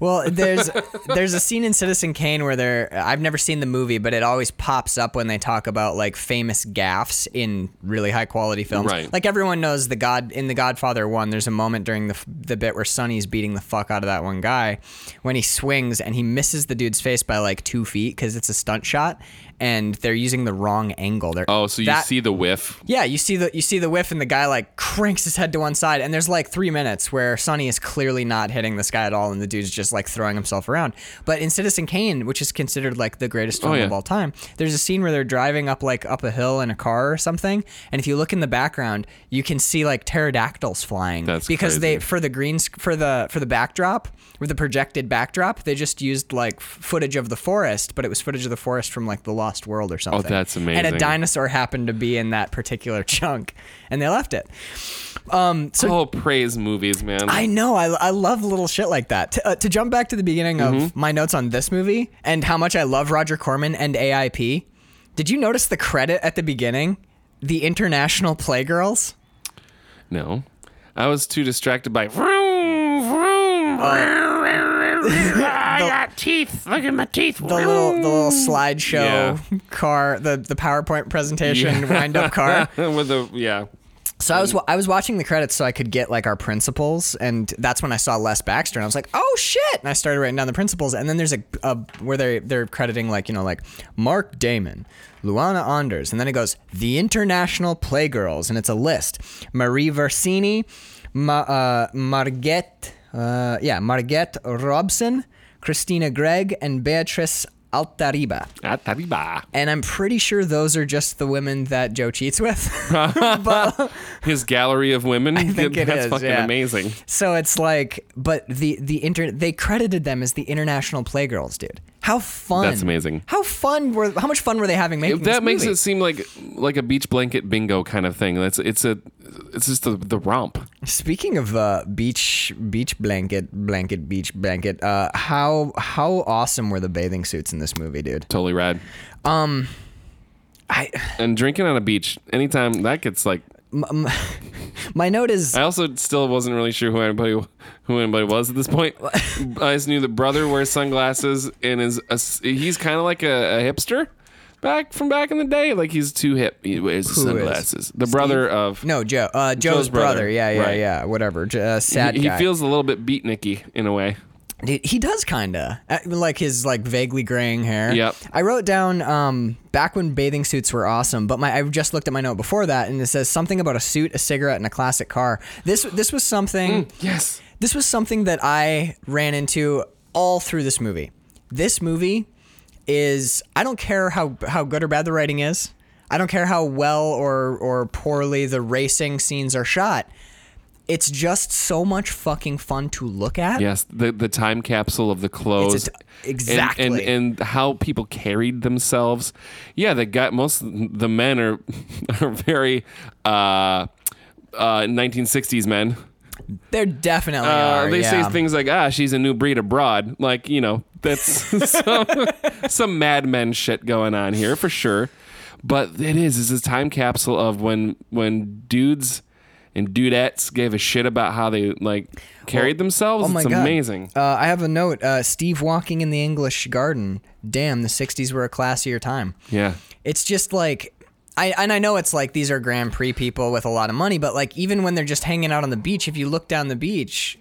Speaker 2: Well, there's there's a scene in Citizen Kane where they're I've never seen the movie, but it always pops up when they talk about like famous gaffes in really high quality films.
Speaker 1: Right.
Speaker 2: Like everyone knows the God in the Godfather one. There's a moment during the f- the bit where Sonny's beating the fuck out of that one guy when he swings and he misses the dude's face by like two feet because it's a stunt shot and they're using the wrong angle. They're,
Speaker 1: Oh, so you
Speaker 2: that-
Speaker 1: see the whiff.
Speaker 2: Yeah, you see the you see the whiff and the guy like cranks his head to one side and there's like 3 minutes where Sonny is clearly not hitting this guy at all and the dude's just like throwing himself around. But in Citizen Kane, which is considered like the greatest film
Speaker 1: Oh, yeah.
Speaker 2: of all time, there's a scene where they're driving up like up a hill in a car or something, and if you look in the background, you can see like pterodactyls flying
Speaker 1: That's
Speaker 2: because
Speaker 1: crazy.
Speaker 2: they for the green sc- for the for the backdrop with the projected backdrop they just used like f- footage of the forest but it was footage of the forest from like the lost world or something
Speaker 1: Oh, that's
Speaker 2: and
Speaker 1: amazing.
Speaker 2: a dinosaur happened to be in that particular chunk and they left it um so
Speaker 1: Oh, praise movies, man.
Speaker 2: I know. I, I love little shit like that. To, uh, to jump back to the beginning of
Speaker 1: Mm-hmm.
Speaker 2: my notes on this movie and how much I love Roger Corman and AIP, did you notice the credit at the beginning? The International Playgirls?
Speaker 1: no. I was too distracted by vroom, vroom.
Speaker 2: Uh,
Speaker 1: I got teeth. Look at my teeth.
Speaker 2: the little the little slideshow car the the PowerPoint presentation wind up car.
Speaker 1: With a, yeah.
Speaker 2: So I was wa- I was watching the credits so I could get like our principles, and that's when I saw Les Baxter, and I was like, oh shit! And I started writing down the principles, and then there's a, a where they they're crediting like you know like Mark Damon, Luana Anders, and then it goes the International Playgirls, and it's a list: Marie Versini, Ma, uh, Marget, uh, yeah, Marget Robson, Christina Gregg, and Beatrice Altariba.
Speaker 1: Ah, Atariba.
Speaker 2: And I'm pretty sure those are just the women that Joe cheats with. But-
Speaker 1: His gallery of women. I
Speaker 2: think it
Speaker 1: That's
Speaker 2: is,
Speaker 1: fucking
Speaker 2: yeah.
Speaker 1: amazing.
Speaker 2: so it's like, but the the inter they credited them as the international playgirls, dude. How fun!
Speaker 1: That's amazing.
Speaker 2: How fun were? How much fun were they having making
Speaker 1: that
Speaker 2: this
Speaker 1: makes
Speaker 2: movie?
Speaker 1: it seem like like a beach blanket bingo kind of thing. That's it's a it's just the, the romp.
Speaker 2: Speaking of uh, beach beach blanket blanket beach blanket, uh, how how awesome were the bathing suits in this movie, dude?
Speaker 1: Totally rad.
Speaker 2: I
Speaker 1: And drinking on a beach anytime that gets like.
Speaker 2: m- m- my note is
Speaker 1: I also still wasn't really sure who anybody who anybody was at this point. I just knew the brother wears sunglasses and is a, he's kind of like a, a hipster back from back in the day. Like he's too hip. He wears
Speaker 2: is?
Speaker 1: sunglasses. The brother of
Speaker 2: no Joe, uh, Joe's, brother.
Speaker 1: brother,
Speaker 2: Yeah, yeah,
Speaker 1: right.
Speaker 2: yeah. Whatever. J- Uh, sad
Speaker 1: he, he
Speaker 2: guy.
Speaker 1: feels a little bit beatniky in a way.
Speaker 2: Dude, he does kind of like his like vaguely graying hair.
Speaker 1: Yep.
Speaker 2: I wrote down um, back when bathing suits were awesome, but my I just looked at my note before that and it says something about a suit, a cigarette, and a classic car. This this was something
Speaker 1: Yes.
Speaker 2: this was something that I ran into all through this movie. This movie is I don't care how how good or bad the writing is. I don't care how well or or poorly the racing scenes are shot. It's just so much fucking fun to look at.
Speaker 1: Yes, the the time capsule of the clothes.
Speaker 2: It's a t- exactly.
Speaker 1: And, and and how people carried themselves. Yeah, the guy most of the men are are very uh uh 1960s men.
Speaker 2: There definitely
Speaker 1: Uh,
Speaker 2: are.
Speaker 1: they
Speaker 2: yeah.
Speaker 1: say things like, "Ah, she's a new breed abroad." Like, you know, that's some, some madmen shit going on here for sure. But it is is a time capsule of when when dudes and dudettes gave a shit about how they like carried themselves.
Speaker 2: Oh my
Speaker 1: it's
Speaker 2: God.
Speaker 1: amazing.
Speaker 2: Uh, I have a note. Uh, Steve walking in the English garden. Damn, the '60s were a classier time.
Speaker 1: Yeah.
Speaker 2: It's just like, I and I know it's like these are Grand Prix people with a lot of money, but like even when they're just hanging out on the beach, if you look down the beach,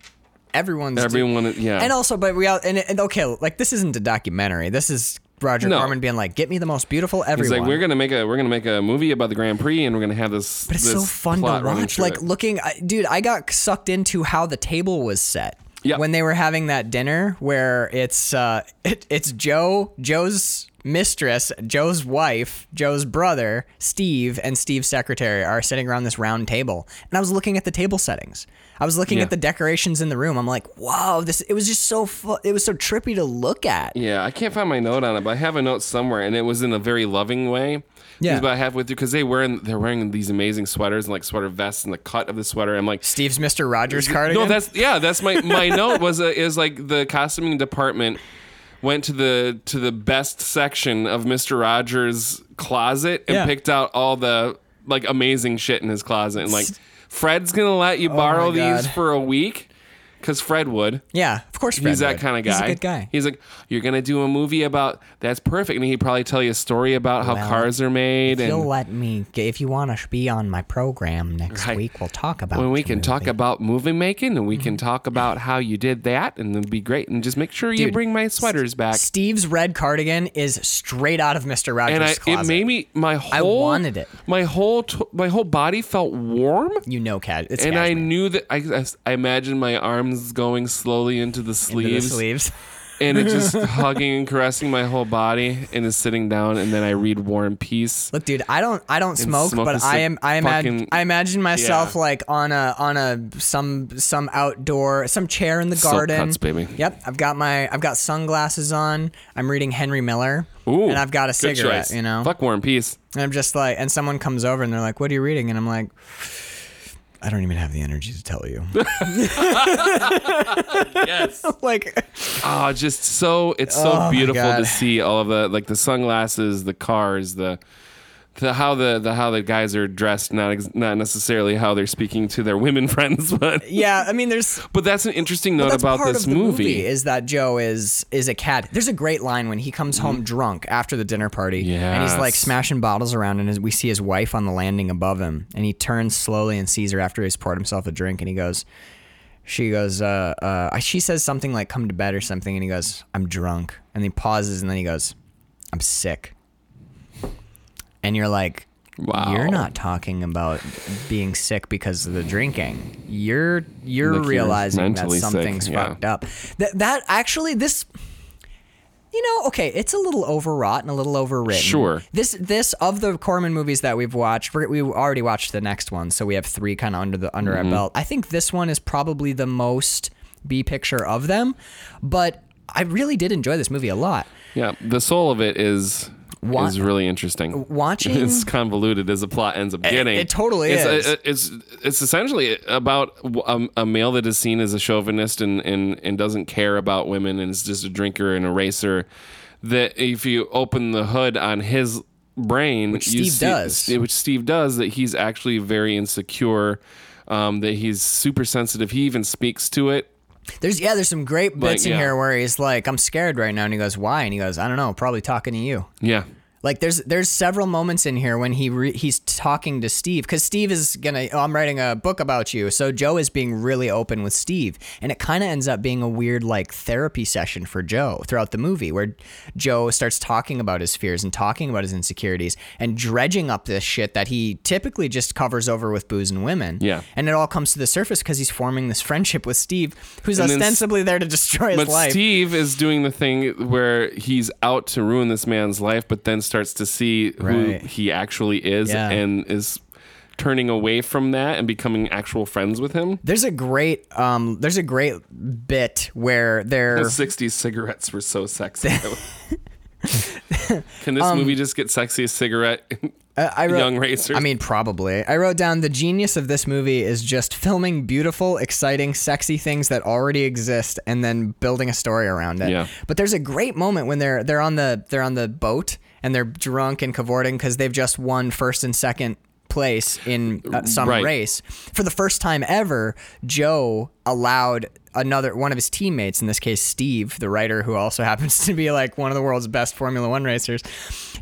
Speaker 2: everyone's
Speaker 1: Everyone, yeah.
Speaker 2: And also, but we all and, and okay, like this isn't a documentary. This is Roger
Speaker 1: No.
Speaker 2: Corman being like, "Get me the most beautiful
Speaker 1: it's
Speaker 2: everyone."
Speaker 1: like we're gonna make a we're gonna make a movie about the Grand Prix, and we're gonna have this.
Speaker 2: But it's so fun to watch. Like looking, I, dude, I got sucked into how the table was set.
Speaker 1: Yeah.
Speaker 2: When they were having that dinner, where it's uh, it, it's Joe, Joe's mistress, Joe's wife, Joe's brother, Steve, and Steve's secretary are sitting around this round table, and I was looking at the table settings. I was looking
Speaker 1: Yeah.
Speaker 2: at the decorations in the room. I'm like, wow, this. It was just so fu- It was so trippy to look at.
Speaker 1: yeah, I can't find my note on it, but I have a note somewhere, and it was in a very loving way. It
Speaker 2: Yeah.
Speaker 1: was about halfway through because they wearing they're wearing these amazing sweaters and like sweater vests and the cut of the sweater. I'm like,
Speaker 2: Steve's Mr. Rogers cardigan.
Speaker 1: No, that's yeah. That's my my note was a, is like the costuming department went to the to the best section of Mister Rogers' closet and
Speaker 2: Yeah.
Speaker 1: picked out all the like amazing shit in his closet and like Fred's gonna let you borrow these
Speaker 2: Oh God.
Speaker 1: for a week because Fred would.
Speaker 2: yeah, of course. Fred
Speaker 1: He's that
Speaker 2: would.
Speaker 1: kind of guy.
Speaker 2: He's a good guy.
Speaker 1: He's like, you're gonna do a movie about that's perfect, and he'd probably tell you a story about how
Speaker 2: Well,
Speaker 1: cars are made
Speaker 2: You'll
Speaker 1: and
Speaker 2: let me if you want to be on my program next
Speaker 1: Right.
Speaker 2: week. We'll talk about
Speaker 1: when we
Speaker 2: your
Speaker 1: can talk
Speaker 2: movie.
Speaker 1: about movie making and we can
Speaker 2: Mm-hmm.
Speaker 1: talk about how you did that and it'd be great and just make sure you
Speaker 2: Dude,
Speaker 1: bring my sweaters back
Speaker 2: Steve's red cardigan is straight out of Mister Rogers'
Speaker 1: and I,
Speaker 2: closet.
Speaker 1: it made me my whole
Speaker 2: wanted it.
Speaker 1: my whole t- my whole body felt warm
Speaker 2: you know, cat. It's
Speaker 1: and I
Speaker 2: cashmere.
Speaker 1: knew that I, I, I imagined my arms arms going slowly into the
Speaker 2: Into the
Speaker 1: sleeves,
Speaker 2: sleeves.
Speaker 1: and it's just hugging and caressing my whole body, and is sitting down, and then I read War and Peace.
Speaker 2: Look, dude, I don't, I don't smoke,
Speaker 1: smoke
Speaker 2: but
Speaker 1: is
Speaker 2: I
Speaker 1: the
Speaker 2: am, I imagine,
Speaker 1: fucking-
Speaker 2: I imagine myself
Speaker 1: Yeah.
Speaker 2: like on a, on a some, some outdoor, some chair in the
Speaker 1: Silk
Speaker 2: garden.
Speaker 1: cuts, baby.
Speaker 2: Yep, I've got my, I've got sunglasses on. I'm reading Henry Miller,
Speaker 1: Ooh,
Speaker 2: and I've got a
Speaker 1: good
Speaker 2: cigarette,
Speaker 1: choice.
Speaker 2: you know.
Speaker 1: Fuck War and Peace.
Speaker 2: And I'm just like, and someone comes over and they're like, "What are you reading?" And I'm like, "I don't even have the energy to tell you."
Speaker 1: Yes.
Speaker 2: like,
Speaker 1: Oh, just so it's so
Speaker 2: Oh my
Speaker 1: beautiful
Speaker 2: God.
Speaker 1: to see all of the like the sunglasses, the cars, the the how the, the how the guys are dressed, not ex- not necessarily how they're speaking to their women friends, but
Speaker 2: yeah, I mean, there's
Speaker 1: but that's an interesting note
Speaker 2: that's
Speaker 1: about
Speaker 2: part
Speaker 1: this
Speaker 2: of the movie.
Speaker 1: movie.
Speaker 2: is that Joe is is a cat. There's a great line when he comes home drunk after the dinner party, and he's like
Speaker 1: Mm. Yes.
Speaker 2: smashing bottles around, and his, we see his wife on the landing above him, and he turns slowly and sees her after he's poured himself a drink, and he goes. She goes, uh, uh, she says something like, come to bed or something. And he goes, I'm drunk. And he pauses and then he goes, I'm sick. And you're like,
Speaker 1: Wow.
Speaker 2: you're not talking about being sick because of the drinking. You're, you're
Speaker 1: Like you're
Speaker 2: realizing that
Speaker 1: mentally sick,
Speaker 2: something's
Speaker 1: yeah.
Speaker 2: fucked up. That, that actually, this, you know, okay, it's a little overwrought and a little overwritten.
Speaker 1: Sure.
Speaker 2: This this of the Corman movies that we've watched, we're, we already watched the next one, so we have three kind of under the under
Speaker 1: Mm-hmm.
Speaker 2: our belt. I think this one is probably the most B picture of them, but I really did enjoy this movie a lot.
Speaker 1: Yeah, the soul of it is
Speaker 2: Wa-
Speaker 1: is really interesting.
Speaker 2: watching-
Speaker 1: it's convoluted as the plot ends up getting.
Speaker 2: it totally
Speaker 1: it's,
Speaker 2: is.
Speaker 1: it- it's it's essentially about um, a, a male that is seen as a chauvinist and, and and doesn't care about women and is just a drinker and a racer. That if you open the hood on his brain, which
Speaker 2: Steve does.
Speaker 1: which Steve does, that he's actually very insecure. Um, that he's super sensitive. He even speaks to it
Speaker 2: There's yeah, there's some great bits in
Speaker 1: yeah.
Speaker 2: here where he's like, "I'm scared right now," and he goes, "Why?" and he goes, "I don't know, probably talking to you."
Speaker 1: Yeah.
Speaker 2: Like there's there's several moments in here when he re- he's talking to Steve because Steve is gonna oh, I'm writing a book about you so Joe is being really open with Steve and it kind of ends up being a weird like therapy session for Joe throughout the movie where Joe starts talking about his fears and talking about his insecurities and dredging up this shit that he typically just covers over with booze and women
Speaker 1: Yeah.
Speaker 2: and it all comes to the surface because he's forming this friendship with Steve who's
Speaker 1: And then S-
Speaker 2: ostensibly there to destroy his
Speaker 1: But
Speaker 2: life
Speaker 1: Steve is doing the thing where he's out to ruin this man's life, but then starts to see
Speaker 2: Right.
Speaker 1: who he actually is
Speaker 2: Yeah.
Speaker 1: and is turning away from that and becoming actual friends with him.
Speaker 2: there's a great um there's a great bit where they're
Speaker 1: The 60s cigarettes were so sexy. Can this movie just get sexy as cigarette
Speaker 2: Um, I wrote-
Speaker 1: young racers?
Speaker 2: I mean, probably. I wrote down the genius of this movie is just filming beautiful, exciting, sexy things that already exist and then building a story around it.
Speaker 1: Yeah.
Speaker 2: But there's a great moment when they're they're on the they're on the boat and they're drunk and cavorting because they've just won first and second place in uh, some
Speaker 1: Right.
Speaker 2: race for the first time ever. Joe allowed another one of his teammates, in this case Steve, the writer who also happens to be like one of the world's best Formula One racers,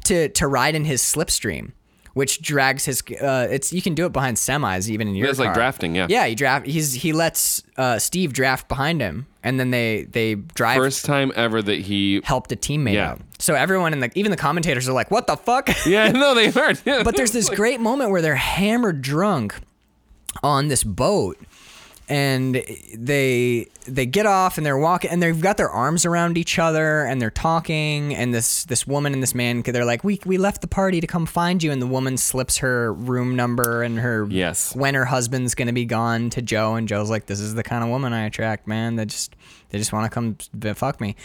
Speaker 2: to to ride in his slipstream. Which drags his. Uh, it's you can do it behind semis even in your.
Speaker 1: it's like
Speaker 2: car.
Speaker 1: drafting, yeah.
Speaker 2: Yeah, he draft. He's he lets uh, Steve draft behind him, and then they they drive
Speaker 1: First time ever that he.
Speaker 2: helped a teammate
Speaker 1: Yeah.
Speaker 2: out. So everyone in the even the commentators are like, "What the fuck?"
Speaker 1: Yeah, no, they aren't. Yeah.
Speaker 2: but there's this great moment where they're hammered drunk on this boat and they they get off and they're walking and they've got their arms around each other and they're talking and this this woman and this man they're like we we left the party to come find you and the woman slips her room number and her
Speaker 1: Yes.
Speaker 2: when her husband's going to be gone to Joe and Joe's like this is the kind of woman I attract man that just they just want to come b- fuck me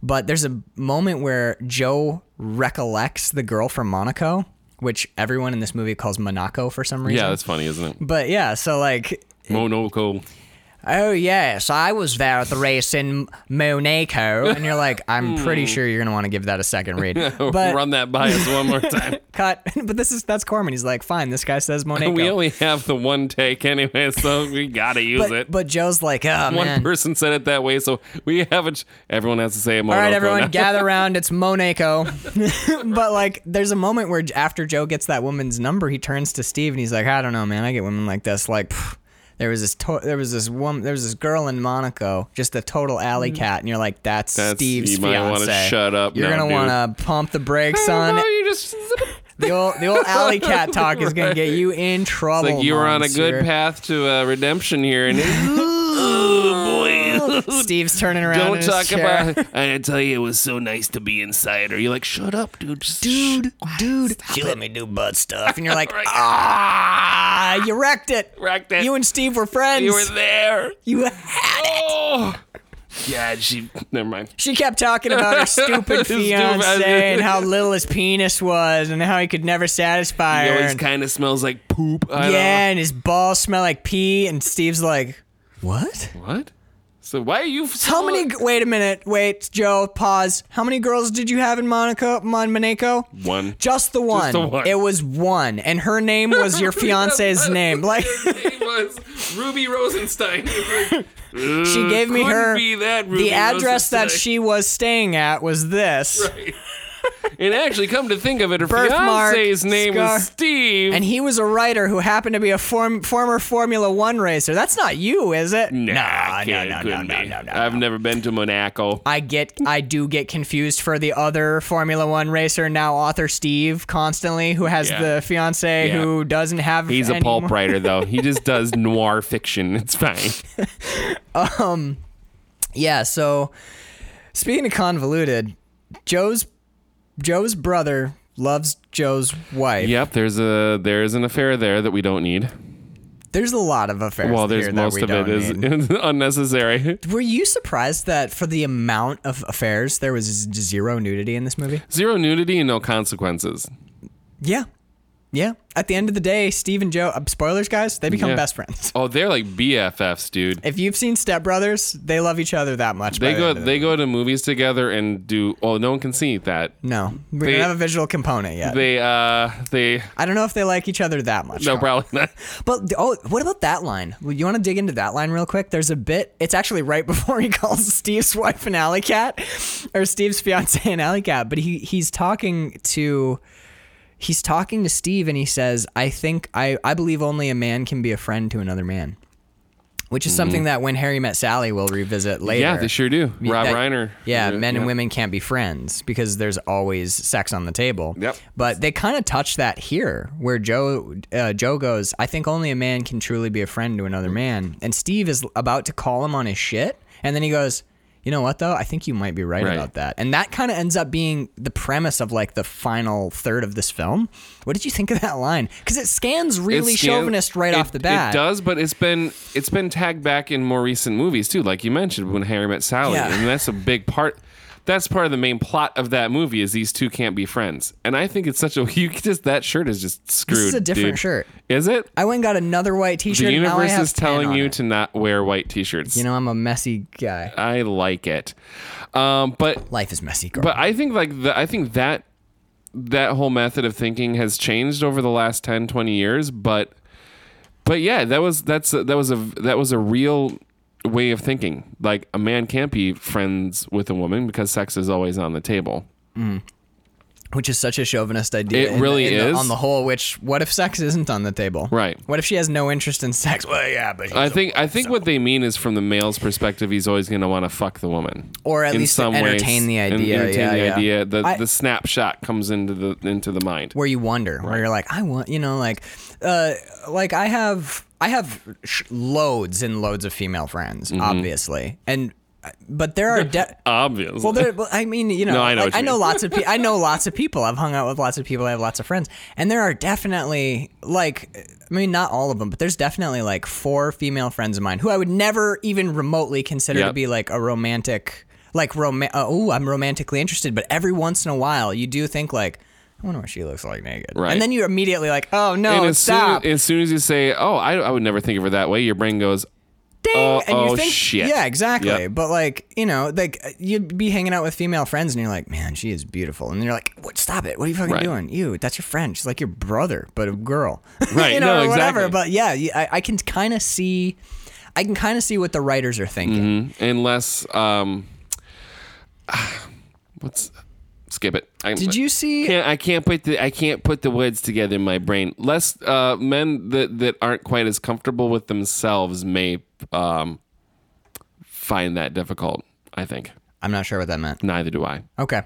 Speaker 2: but there's a moment where Joe recollects the girl from Monaco which everyone in this movie calls Monaco for some reason
Speaker 1: yeah, that's funny, isn't it?
Speaker 2: but yeah so like
Speaker 1: Monoco.
Speaker 2: Oh yes, I was there at the race in Monaco, and you're like, I'm pretty sure you're gonna want to give that a second read. But
Speaker 1: Hmm. Run that by us one more time.
Speaker 2: cut. But this is that's Corman. He's like, fine. This guy says Monaco.
Speaker 1: We only have the one take anyway, so we gotta use
Speaker 2: but,
Speaker 1: it.
Speaker 2: but Joe's like, oh
Speaker 1: one
Speaker 2: man.
Speaker 1: person said it that way, so we have a. Ch- everyone has to say it.
Speaker 2: All right, everyone, gather around. It's Monaco. but like, there's a moment where after Joe gets that woman's number, he turns to Steve and he's like, I don't know, man. I get women like this. Like, pff, there was this to- there was this woman there was this girl in Monaco, just a total alley cat, and you're like, that's,
Speaker 1: That's-
Speaker 2: Steve's
Speaker 1: you might wanna
Speaker 2: fiance.
Speaker 1: shut up
Speaker 2: You're
Speaker 1: now,
Speaker 2: gonna
Speaker 1: dude.
Speaker 2: want to pump the brakes on it.
Speaker 1: you just.
Speaker 2: The old, the old alley cat talk is gonna get you in trouble.
Speaker 1: Like you were on a
Speaker 2: monster.
Speaker 1: good path to uh, redemption here, and oh boy,
Speaker 2: Well, Steve's turning around. in
Speaker 1: Don't
Speaker 2: his
Speaker 1: talk
Speaker 2: chair.
Speaker 1: about. I tell you, it was so nice to be inside. Or you're like, shut up, dude. Just
Speaker 2: dude, dude, you let me do butt stuff, and you're like, ah, you wrecked it.
Speaker 1: Wrecked it.
Speaker 2: You and Steve were friends.
Speaker 1: You were there.
Speaker 2: You had it.
Speaker 1: Oh. Yeah, she. Never mind.
Speaker 2: She kept talking about her stupid
Speaker 1: His stupid-
Speaker 2: fiance and how little his penis was and how he could never satisfy
Speaker 1: He
Speaker 2: her.
Speaker 1: always
Speaker 2: and-
Speaker 1: kind of smells like poop. I don't
Speaker 2: yeah, and his balls smell like pee. And Steve's like, what?
Speaker 1: know. What? So why are you? So
Speaker 2: How many? Wait a minute. Wait, Joe. Pause. How many girls did you have in Monaco? Mon- Monaco?
Speaker 1: One.
Speaker 2: Just the one.
Speaker 1: the one.
Speaker 2: It was one, and her name was your fiance's name. Like
Speaker 1: Her name was Ruby Rosenstein.
Speaker 2: she gave me
Speaker 1: couldn't
Speaker 2: her
Speaker 1: be that Ruby
Speaker 2: the address that
Speaker 1: Rosenstein.
Speaker 2: she was staying at was this,
Speaker 1: and actually, come to think of it, her
Speaker 2: Birthmark,
Speaker 1: fiance's name
Speaker 2: scar-
Speaker 1: is Steve.
Speaker 2: and he was a writer who happened to be a form- former Formula One racer. That's not you, is it?
Speaker 1: nah,
Speaker 2: no, no,
Speaker 1: can't-
Speaker 2: no, no,
Speaker 1: couldn't
Speaker 2: no,
Speaker 1: be. Uh,
Speaker 2: no, no.
Speaker 1: I've never been to Monaco.
Speaker 2: I get, I do get confused for the other Formula One racer now, author Steve, constantly, who has
Speaker 1: Yeah.
Speaker 2: the fiance
Speaker 1: Yeah.
Speaker 2: who doesn't have.
Speaker 1: He's a
Speaker 2: any
Speaker 1: pulp
Speaker 2: more-
Speaker 1: writer, though. He just does noir fiction. It's fine.
Speaker 2: Yeah. So, speaking of convoluted, Joe's Joe's brother loves Joe's wife.
Speaker 1: Yep, there's a there's an affair there that we don't need.
Speaker 2: There's a lot of affairs.
Speaker 1: well, there's
Speaker 2: here that
Speaker 1: most
Speaker 2: we
Speaker 1: of it
Speaker 2: don't
Speaker 1: is
Speaker 2: need.
Speaker 1: unnecessary.
Speaker 2: Were you surprised that for the amount of affairs there was zero nudity in this movie?
Speaker 1: Zero nudity and no consequences.
Speaker 2: Yeah. Yeah. At the end of the day, Steve and Joe, uh, spoilers guys, they become
Speaker 1: Yeah.
Speaker 2: best friends.
Speaker 1: Oh, they're like BFFs, dude.
Speaker 2: If you've seen Step Brothers, they love each other that much.
Speaker 1: They
Speaker 2: by the
Speaker 1: go
Speaker 2: end of
Speaker 1: they go to movies together and do. Oh, no one can see that.
Speaker 2: the- No, we
Speaker 1: they-
Speaker 2: don't have a visual component yet.
Speaker 1: They uh they
Speaker 2: I don't know if they like each other that much.
Speaker 1: no probably not.
Speaker 2: But oh, what about that line? Well, You want to dig into that line real quick? There's a bit. It's actually right before he calls Steve's wife an alley cat, or Steve's fiance an alley cat. But he he's talking to, he's talking to Steve, and he says, "I think I I believe only a man can be a friend to another man," which is something that when Harry met Sally, we'll revisit later.
Speaker 1: Mm-hmm. Yeah, they sure do.
Speaker 2: Yeah,
Speaker 1: Rob
Speaker 2: that-
Speaker 1: Reiner.
Speaker 2: Yeah, men and women can't be friends because there's always sex on the table.
Speaker 1: Yep.
Speaker 2: But they kind of touch that here, where Joe uh, Joe goes, "I think only a man can truly be a friend to another man," and Steve is about to call him on his shit, and then he goes. You know what though? I think you might be right,
Speaker 1: Right.
Speaker 2: about that. And that kind of ends up being the premise of like the final third of this film. What did you think of that line? Cuz it scans really
Speaker 1: It's, you know,
Speaker 2: chauvinist right
Speaker 1: it-
Speaker 2: off the bat.
Speaker 1: It does, but it's been it's been tagged back in more recent movies too, like you mentioned when Harry Met Sally,
Speaker 2: Yeah.
Speaker 1: and that's a big part. That's part of the main plot of that movie is these two can't be friends, and I think it's such a you just that shirt is just screwed.
Speaker 2: a different
Speaker 1: dude.
Speaker 2: shirt.
Speaker 1: Is it?
Speaker 2: I went and got another white t-shirt.
Speaker 1: the
Speaker 2: and now I
Speaker 1: universe
Speaker 2: have
Speaker 1: is
Speaker 2: 10
Speaker 1: telling
Speaker 2: on
Speaker 1: you
Speaker 2: it.
Speaker 1: to not wear white t-shirts.
Speaker 2: You know, I'm a messy guy.
Speaker 1: I like it, um, but
Speaker 2: Life is messy, girl.
Speaker 1: But I think like the, I think that that whole method of thinking has changed over the last 10 20 years, but but yeah, that was that's a, that was a that was a real way of thinking. Like a man can't be friends with a woman because sex is always on the table.
Speaker 2: which is such a chauvinist idea.
Speaker 1: It
Speaker 2: in the-
Speaker 1: really
Speaker 2: in the-
Speaker 1: is.
Speaker 2: on the whole. Which, what if sex isn't on the table?
Speaker 1: Right.
Speaker 2: What if she has no interest in sex? Well, yeah, but
Speaker 1: I think I think what they mean is from the male's perspective, he's always going to want to fuck the woman,
Speaker 2: Or at least entertain the
Speaker 1: and
Speaker 2: idea,
Speaker 1: Entertain
Speaker 2: yeah,
Speaker 1: the
Speaker 2: yeah.
Speaker 1: idea. The,
Speaker 2: I-
Speaker 1: the snapshot comes into the into the mind.
Speaker 2: where you wonder, where you're like, I want, you know, like, uh, like I have, I have sh- loads and loads of female friends,
Speaker 1: Mm-hmm.
Speaker 2: obviously, and uh, but there are. De-
Speaker 1: Obviously,
Speaker 2: Well, there. well, I mean, you know,
Speaker 1: No, I
Speaker 2: I
Speaker 1: know
Speaker 2: know,
Speaker 1: what you
Speaker 2: I know
Speaker 1: mean.
Speaker 2: lots of people. I know lots of people. I've hung out with lots of people. I have lots of friends, and there are definitely like, I mean, not all of them, but there's definitely like four female friends of mine who I would never even remotely consider to
Speaker 1: Yep.
Speaker 2: be like a romantic, like rom. Uh, oh, I'm romantically interested, but every once in a while, you do think like. I wonder what she looks like naked.
Speaker 1: Right.
Speaker 2: And then you're immediately like, oh no,
Speaker 1: and as
Speaker 2: stop.
Speaker 1: soon as soon as you say, "Oh, I, I would never think of her that way," your brain goes,
Speaker 2: ding,
Speaker 1: Oh,
Speaker 2: and you
Speaker 1: oh,
Speaker 2: think,
Speaker 1: shit.
Speaker 2: yeah, exactly.
Speaker 1: Yep.
Speaker 2: But like, you know, like you'd be hanging out with female friends, and you're like, man, she is beautiful, and you're like, what? Stop it! What are you fucking
Speaker 1: Right.
Speaker 2: doing? You, that's your friend. She's like your brother, but a girl,
Speaker 1: Right,
Speaker 2: you know,
Speaker 1: no,
Speaker 2: or whatever.
Speaker 1: exactly.
Speaker 2: But yeah, you- I, I can kind of see, I can kind of see what the writers are thinking.
Speaker 1: Mm-hmm. unless um, what's skip it. I,
Speaker 2: Did you see?
Speaker 1: Can't, I can't put the I can't put the words together in my brain. Less uh, men that that aren't quite as comfortable with themselves may um, find that difficult. I think
Speaker 2: I'm not sure what that meant.
Speaker 1: neither do I.
Speaker 2: Okay.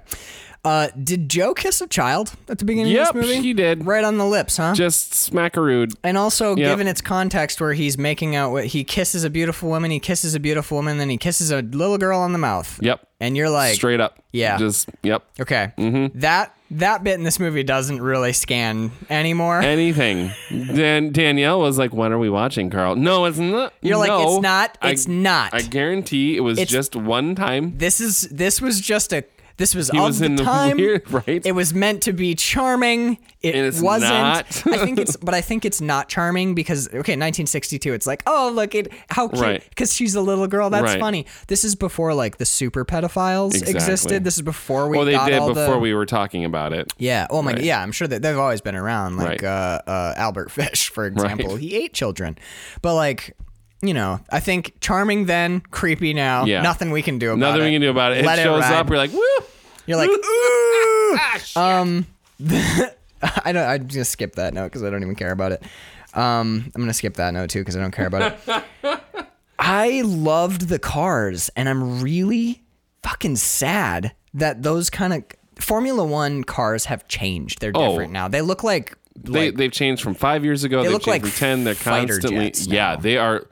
Speaker 2: Uh, did Joe kiss a child at the beginning
Speaker 1: Yep,
Speaker 2: of this movie?
Speaker 1: he did.
Speaker 2: Right on the lips, huh?
Speaker 1: Just smackarooed.
Speaker 2: and also,
Speaker 1: Yep.
Speaker 2: given its context, where he's making out, what he kisses a beautiful woman, he kisses a beautiful woman, then he kisses a little girl on the mouth.
Speaker 1: Yep.
Speaker 2: And you're like,
Speaker 1: Straight Mm-hmm. up.
Speaker 2: yeah.
Speaker 1: Just yep.
Speaker 2: okay, that that bit in this movie doesn't really scan anymore.
Speaker 1: Anything. Dan- Danielle was like, "When are we watching, Carl?" No, it's not.
Speaker 2: You're like,
Speaker 1: No.
Speaker 2: "It's not,
Speaker 1: I-
Speaker 2: it's not."
Speaker 1: I guarantee it was
Speaker 2: It's-
Speaker 1: just one time.
Speaker 2: this is this was just a this was
Speaker 1: He
Speaker 2: of
Speaker 1: was
Speaker 2: the
Speaker 1: in the
Speaker 2: time.
Speaker 1: weird, right?
Speaker 2: It was meant to be charming. It
Speaker 1: And it's
Speaker 2: wasn't.
Speaker 1: not.
Speaker 2: I think it's, but I think it's not charming because okay, 1962. It's like, oh look at how cute,
Speaker 1: Right.
Speaker 2: because she's a little girl. That's
Speaker 1: Right.
Speaker 2: funny. This is before like the super pedophiles
Speaker 1: Exactly.
Speaker 2: existed. This is before we
Speaker 1: Well, they
Speaker 2: got
Speaker 1: did
Speaker 2: all
Speaker 1: before
Speaker 2: the.
Speaker 1: we were talking about it.
Speaker 2: yeah. Oh my. Yeah. I'm sure that they've always been around. Like
Speaker 1: Right.
Speaker 2: uh, uh, Albert Fish, for example, he ate children, but like, you know, I think charming then, creepy now.
Speaker 1: Yeah.
Speaker 2: Nothing we can do about
Speaker 1: Nothing
Speaker 2: it.
Speaker 1: we can do about it.
Speaker 2: Let
Speaker 1: it shows
Speaker 2: ride. Um,
Speaker 1: up. We're like, woo.
Speaker 2: You're like, ooh.
Speaker 1: Ah, shit.
Speaker 2: I don't. I'm gonna skip that note because I don't even care about it. Um, I'm gonna skip that note too because I don't care about it. I loved the cars, and I'm really fucking sad that those kind of Formula One cars have changed. They're
Speaker 1: Oh.
Speaker 2: different now. They look like,
Speaker 1: they
Speaker 2: like
Speaker 1: they've changed from five years ago. They have
Speaker 2: look
Speaker 1: changed
Speaker 2: like
Speaker 1: from ten. They're
Speaker 2: fighter
Speaker 1: constantly
Speaker 2: jets
Speaker 1: yeah. They are.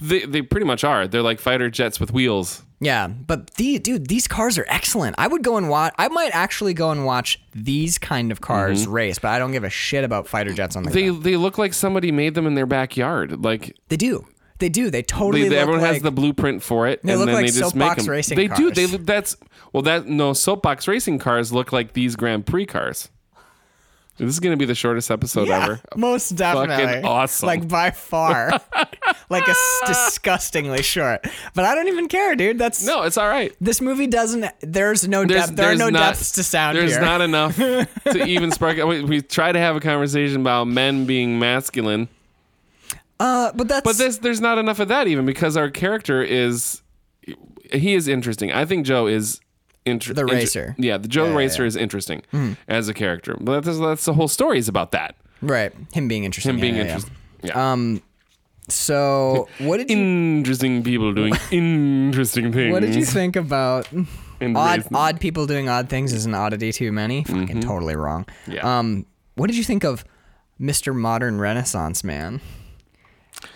Speaker 1: They they pretty much are. They're like fighter jets with wheels.
Speaker 2: yeah. But the dude, these cars are excellent. I would go and watch. I might actually go and watch these kind of cars race, but I don't give a shit about fighter jets on the.
Speaker 1: Mm-hmm. They
Speaker 2: ground.
Speaker 1: they look like somebody made them in their backyard. Like
Speaker 2: They do. They do. They totally.
Speaker 1: they,
Speaker 2: look
Speaker 1: everyone
Speaker 2: like,
Speaker 1: has the blueprint for it, and
Speaker 2: look
Speaker 1: then
Speaker 2: like
Speaker 1: they just make
Speaker 2: soapbox
Speaker 1: them.
Speaker 2: racing
Speaker 1: they do. They
Speaker 2: cars.
Speaker 1: look- that's well that no soapbox racing cars look like these Grand Prix cars. This is going to be the shortest episode ever.
Speaker 2: Most definitely.
Speaker 1: awesome.
Speaker 2: Like by far. like a s- disgustingly short. But I don't even care, dude. That's
Speaker 1: No, it's all right.
Speaker 2: This movie doesn't. There's no
Speaker 1: There's,
Speaker 2: depth. There are
Speaker 1: there's
Speaker 2: no
Speaker 1: not,
Speaker 2: depths to sound
Speaker 1: There's
Speaker 2: here.
Speaker 1: not enough to even spark. We, we try to have a conversation about men being masculine.
Speaker 2: Uh, but that's.
Speaker 1: But this, there's not enough of that even because our character is he is interesting. I think Joe is inter-
Speaker 2: The
Speaker 1: inter-
Speaker 2: racer.
Speaker 1: yeah, the Joe racer is interesting
Speaker 2: Hmm.
Speaker 1: as a character. But that's that's the whole story is about that
Speaker 2: right. Him being interesting.
Speaker 1: him
Speaker 2: yeah,
Speaker 1: being
Speaker 2: yeah, Um, yeah.
Speaker 1: interesting. Yeah.
Speaker 2: So what did you?
Speaker 1: interesting people doing interesting things.
Speaker 2: What did you think about
Speaker 1: and
Speaker 2: odd
Speaker 1: raising-
Speaker 2: odd people doing odd things? Is an oddity too many? Fucking totally wrong.
Speaker 1: Mm-hmm. Yeah.
Speaker 2: Um. What did you think of Mr. Modern Renaissance Man?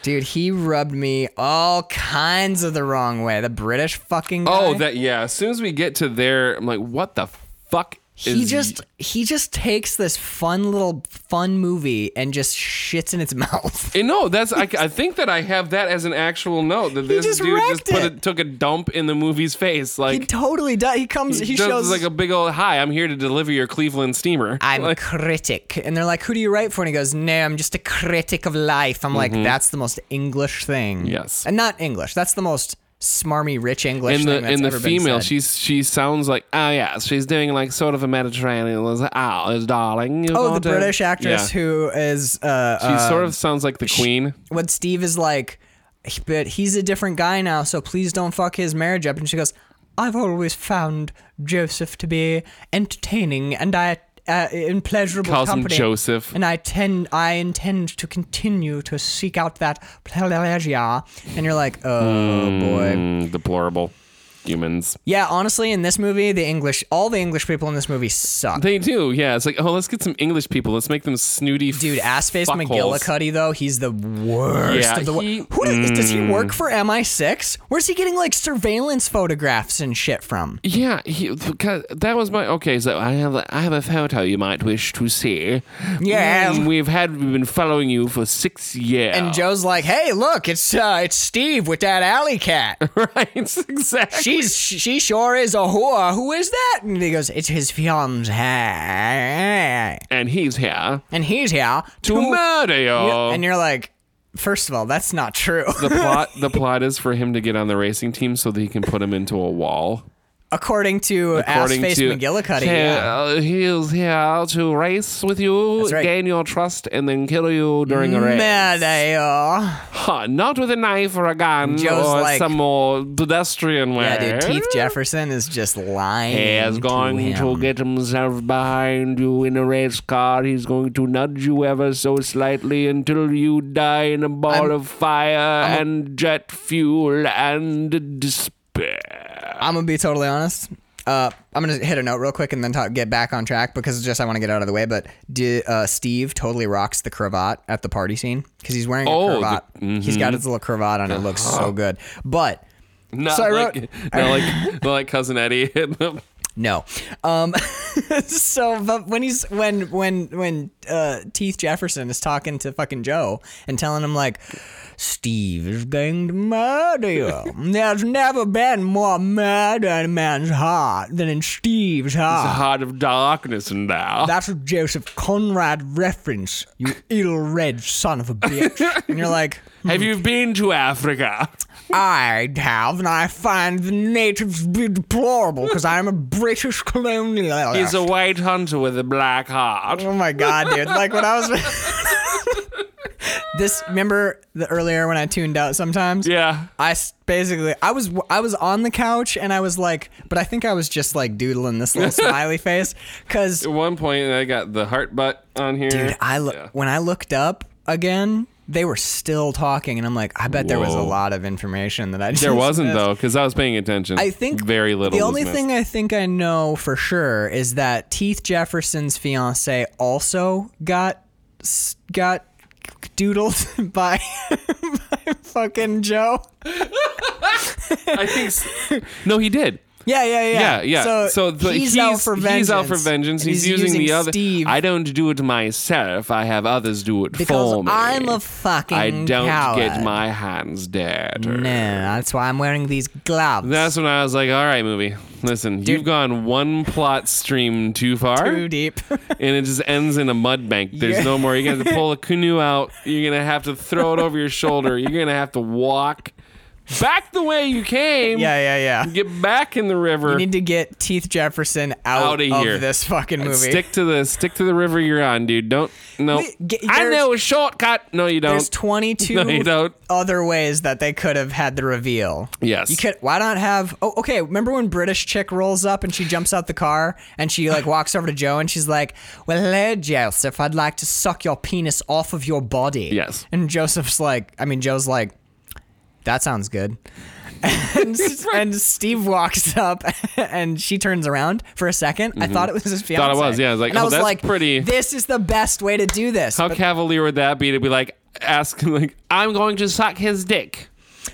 Speaker 2: Dude, he rubbed me all kinds of the wrong way. The British fucking guy.
Speaker 1: Oh, that yeah. As soon as we get to there, I'm like, what the fuck?
Speaker 2: he
Speaker 1: is-
Speaker 2: just he just takes this fun little fun movie and just shits in its mouth.
Speaker 1: And Eh, no, that's I, I think that I have that as an actual note that this
Speaker 2: just
Speaker 1: dude just
Speaker 2: wrecked
Speaker 1: put a,
Speaker 2: it.
Speaker 1: took a dump in the movie's face. Like
Speaker 2: He totally does. He comes. He,
Speaker 1: does
Speaker 2: shows
Speaker 1: like a big old hi. I'm here to deliver your Cleveland steamer.
Speaker 2: I'm
Speaker 1: Like,
Speaker 2: a critic. And they're like, who do you write for? And he goes, no, I'm just a critic of life. I'm like, that's the most English thing.
Speaker 1: Mm-hmm. Yes.
Speaker 2: And not English. That's the most smarmy, rich English
Speaker 1: and
Speaker 2: thing
Speaker 1: the
Speaker 2: that's
Speaker 1: and the
Speaker 2: ever been
Speaker 1: female,
Speaker 2: said.
Speaker 1: she's she sounds like oh yeah, she's doing like sort of a Mediterranean. Like, oh, darling. you
Speaker 2: Oh, the
Speaker 1: want to-"
Speaker 2: British actress
Speaker 1: Yeah.
Speaker 2: who is uh,
Speaker 1: She sort of sounds like the queen.
Speaker 2: what Steve is like, but he's a different guy now, so please don't fuck his marriage up. And she goes, I've always found Joseph to be entertaining and I. Uh, in pleasurable
Speaker 1: Calls him
Speaker 2: company,
Speaker 1: Joseph.
Speaker 2: and I tend, I intend to continue to seek out that pleasure. And you're like, oh boy,
Speaker 1: Mm, deplorable humans.
Speaker 2: yeah. Honestly, in this movie, the English, all the English people in this movie suck.
Speaker 1: They do, yeah. It's like, oh, let's get some English people. Let's make them snooty.
Speaker 2: Dude, Assface
Speaker 1: fuckholes.
Speaker 2: McGillicuddy though, he's the worst
Speaker 1: Yeah,
Speaker 2: of the worst.
Speaker 1: he- Mm.
Speaker 2: Who does, does he work for MI6? Where's he getting like surveillance photographs and shit from?
Speaker 1: Yeah, he, because that was my okay. So I have I have a photo you might wish to see.
Speaker 2: Yeah.
Speaker 1: Mm, we've had we've been following you for six years.
Speaker 2: And Joe's like, "Hey, look, it's uh, it's Steve with that alley cat.
Speaker 1: right, exactly.
Speaker 2: She's she sure is a whore. Who is that?" And he goes, "It's his fiance,
Speaker 1: and he's here
Speaker 2: and he's here
Speaker 1: to murder you.
Speaker 2: And you're like, first of all, that's not true.
Speaker 1: the plot the plot is for him to get on the racing team so that he can put him into a wall.
Speaker 2: According to
Speaker 1: According
Speaker 2: Assface
Speaker 1: to
Speaker 2: McGillicuddy,
Speaker 1: He-
Speaker 2: yeah.
Speaker 1: uh, he's here to race with you,
Speaker 2: That's right.
Speaker 1: gain your trust, and then kill you during a race.
Speaker 2: Murder you.
Speaker 1: Huh, not with a knife or a gun
Speaker 2: Joe's
Speaker 1: or
Speaker 2: like-
Speaker 1: some more pedestrian way.
Speaker 2: Yeah, dude, Teeth Jefferson is just lying.
Speaker 1: He's
Speaker 2: to
Speaker 1: going
Speaker 2: him.
Speaker 1: to get himself behind you in a race car. He's going to nudge you ever so slightly until you die in a ball of fire and jet fuel and despair.
Speaker 2: I'm gonna be totally honest. Uh, I'm gonna hit a note real quick and then talk, get back on track because it's just I want to get out of the way. But di- uh, Steve totally rocks the cravat at the party scene because he's wearing a
Speaker 1: Oh, the- Uh-huh.
Speaker 2: cravat. He's got his little cravat on. It looks so good. But
Speaker 1: Not
Speaker 2: So I
Speaker 1: like,
Speaker 2: wrote-
Speaker 1: not like, not like cousin Eddie.
Speaker 2: No. Um, so, but when he's when when when uh, Teeth Jefferson is talking to fucking Joe and telling him like, Steve is going to murder you. There's never been more murder in a man's heart than in Steve's
Speaker 1: the
Speaker 2: heart.
Speaker 1: heart of darkness and thou.
Speaker 2: That's a Joseph Conrad reference. You ill-read son of a bitch. and you're like,
Speaker 1: Have you been to Africa?
Speaker 2: I have, and I find the natives be deplorable because I'm a British colonialist.
Speaker 1: He's a white hunter with a black heart.
Speaker 2: Oh my god, dude! Like when I was this. Remember the earlier when I tuned out sometimes.
Speaker 1: Yeah.
Speaker 2: I s- basically I was I was on the couch and I was like, but I think I was just like doodling this little smiley face because
Speaker 1: At one point, I got the heart butt on here.
Speaker 2: dude, I lo-
Speaker 1: Yeah.
Speaker 2: when I looked up again, they were still talking, and I'm like, I bet there was a
Speaker 1: Whoa.
Speaker 2: lot of information that I just
Speaker 1: There wasn't
Speaker 2: missed.
Speaker 1: though, because I was paying attention.
Speaker 2: I think
Speaker 1: very little.
Speaker 2: The
Speaker 1: was
Speaker 2: only
Speaker 1: missed.
Speaker 2: thing I think I know for sure is that Teeth Jefferson's fiance also got s- got doodled by, by fucking Joe.
Speaker 1: I think. s- no, he did.
Speaker 2: Yeah, yeah, yeah,
Speaker 1: Yeah, yeah.
Speaker 2: So,
Speaker 1: the-
Speaker 2: he's, out for vengeance.
Speaker 1: He's out for vengeance.
Speaker 2: and
Speaker 1: He's, using, the other.
Speaker 2: Steve
Speaker 1: I don't do it myself. I have others do it
Speaker 2: because
Speaker 1: for me.
Speaker 2: I'm a
Speaker 1: I
Speaker 2: fucking
Speaker 1: don't
Speaker 2: coward.
Speaker 1: get my hands dirty.
Speaker 2: No, that's why I'm wearing these gloves.
Speaker 1: That's when I was like, all right, movie. Listen, you've gone one plot stream too far.
Speaker 2: too deep.
Speaker 1: and it just ends in a mud bank. There's
Speaker 2: Yeah.
Speaker 1: no more. You're gonna have to pull a canoe out. You're gonna have to throw it over your shoulder. You're gonna have to walk back the way you came.
Speaker 2: yeah, yeah, yeah.
Speaker 1: Get back in the river.
Speaker 2: You need to get Teeth Jefferson out,
Speaker 1: Outta here.
Speaker 2: of this fucking movie.
Speaker 1: stick to the stick to the river you're on, dude. Don't no.
Speaker 2: Wait, get-
Speaker 1: I
Speaker 2: there's-
Speaker 1: know a shortcut. No, you
Speaker 2: There's
Speaker 1: don't.
Speaker 2: 22
Speaker 1: No, you don't.
Speaker 2: other ways that they could have had the reveal.
Speaker 1: Yes.
Speaker 2: You could. Why not have? Oh, okay. Remember when British chick rolls up and she jumps out the car and she like walks over to Joe and she's like, "Well, hello, Joseph. I'd like to suck your penis off of your body."
Speaker 1: Yes.
Speaker 2: And Joseph's like, I mean, Joe's like, "That sounds good." And, and Steve walks up and she turns around for a 2nd I thought it was his fiance.
Speaker 1: Mm-hmm. Thought it was, yeah. I was like,
Speaker 2: and I
Speaker 1: oh,
Speaker 2: was
Speaker 1: that's
Speaker 2: like,
Speaker 1: pretty-
Speaker 2: This is the best way to do this.
Speaker 1: How
Speaker 2: But-
Speaker 1: cavalier would that be to be like asking like I'm going to suck his dick?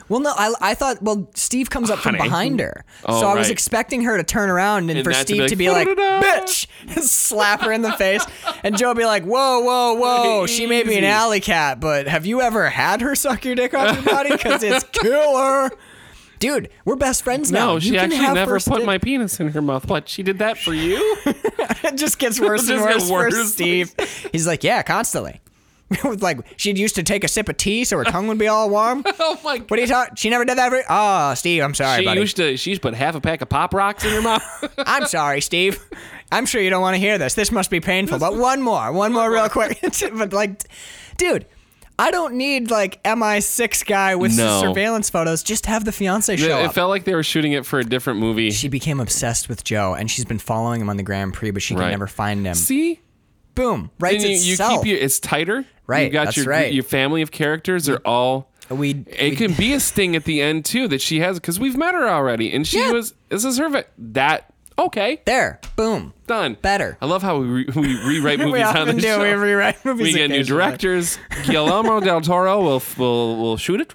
Speaker 2: Well, no, I, I thought, well, Steve comes up
Speaker 1: Honey.
Speaker 2: from behind her.
Speaker 1: Oh,
Speaker 2: so I was
Speaker 1: right.
Speaker 2: expecting her to turn around and,
Speaker 1: And
Speaker 2: for
Speaker 1: that
Speaker 2: Steve to be like,
Speaker 1: "Da-da-da."
Speaker 2: bitch, and slap her in the face. And Joe be like, whoa, whoa, whoa, she may be an
Speaker 1: Easy.
Speaker 2: alley cat, but have you ever had her suck your dick off your body? Because it's killer. Dude, we're best friends now.
Speaker 1: No,
Speaker 2: You
Speaker 1: she
Speaker 2: can
Speaker 1: actually
Speaker 2: have
Speaker 1: never
Speaker 2: first
Speaker 1: put
Speaker 2: di-
Speaker 1: my penis in her mouth. What? She did that for you?
Speaker 2: It just gets worse and
Speaker 1: just
Speaker 2: worse,
Speaker 1: gets
Speaker 2: for
Speaker 1: worse.
Speaker 2: Steve. He's like, yeah, constantly. With like she'd used to take a sip of tea so her tongue would be all warm.
Speaker 1: oh my god.
Speaker 2: What are you talking? She never did that. For- oh, Steve, I'm sorry,
Speaker 1: She
Speaker 2: buddy.
Speaker 1: used to. She used to put half a pack of pop rocks in her mouth.
Speaker 2: I'm sorry, Steve. I'm sure you don't want to hear this. This must be painful. But one more, one more, real quick. but like, dude, I don't need like MI6 guy with
Speaker 1: No.
Speaker 2: surveillance photos. Just have the fiance show
Speaker 1: it
Speaker 2: up.
Speaker 1: felt like they were shooting it for a different movie.
Speaker 2: she became obsessed with Joe, and she's been following him on the Grand Prix, but she
Speaker 1: Right.
Speaker 2: can never find him.
Speaker 1: See,
Speaker 2: Boom,
Speaker 1: and
Speaker 2: writes
Speaker 1: you, you
Speaker 2: itself.
Speaker 1: keep your it's tighter. You
Speaker 2: Right,
Speaker 1: got
Speaker 2: that's
Speaker 1: your
Speaker 2: right.
Speaker 1: your family of characters are all.
Speaker 2: we,
Speaker 1: It can be a sting at the end too that she has because we've met her already, and she
Speaker 2: Yeah.
Speaker 1: was this is her va- that okay
Speaker 2: there, boom.
Speaker 1: done
Speaker 2: Better.
Speaker 1: I love how we, re- we rewrite movies
Speaker 2: We
Speaker 1: on
Speaker 2: often
Speaker 1: the
Speaker 2: do.
Speaker 1: show.
Speaker 2: We rewrite movies.
Speaker 1: We get new
Speaker 2: occasionally.
Speaker 1: directors. Guillermo del Toro will will will shoot it.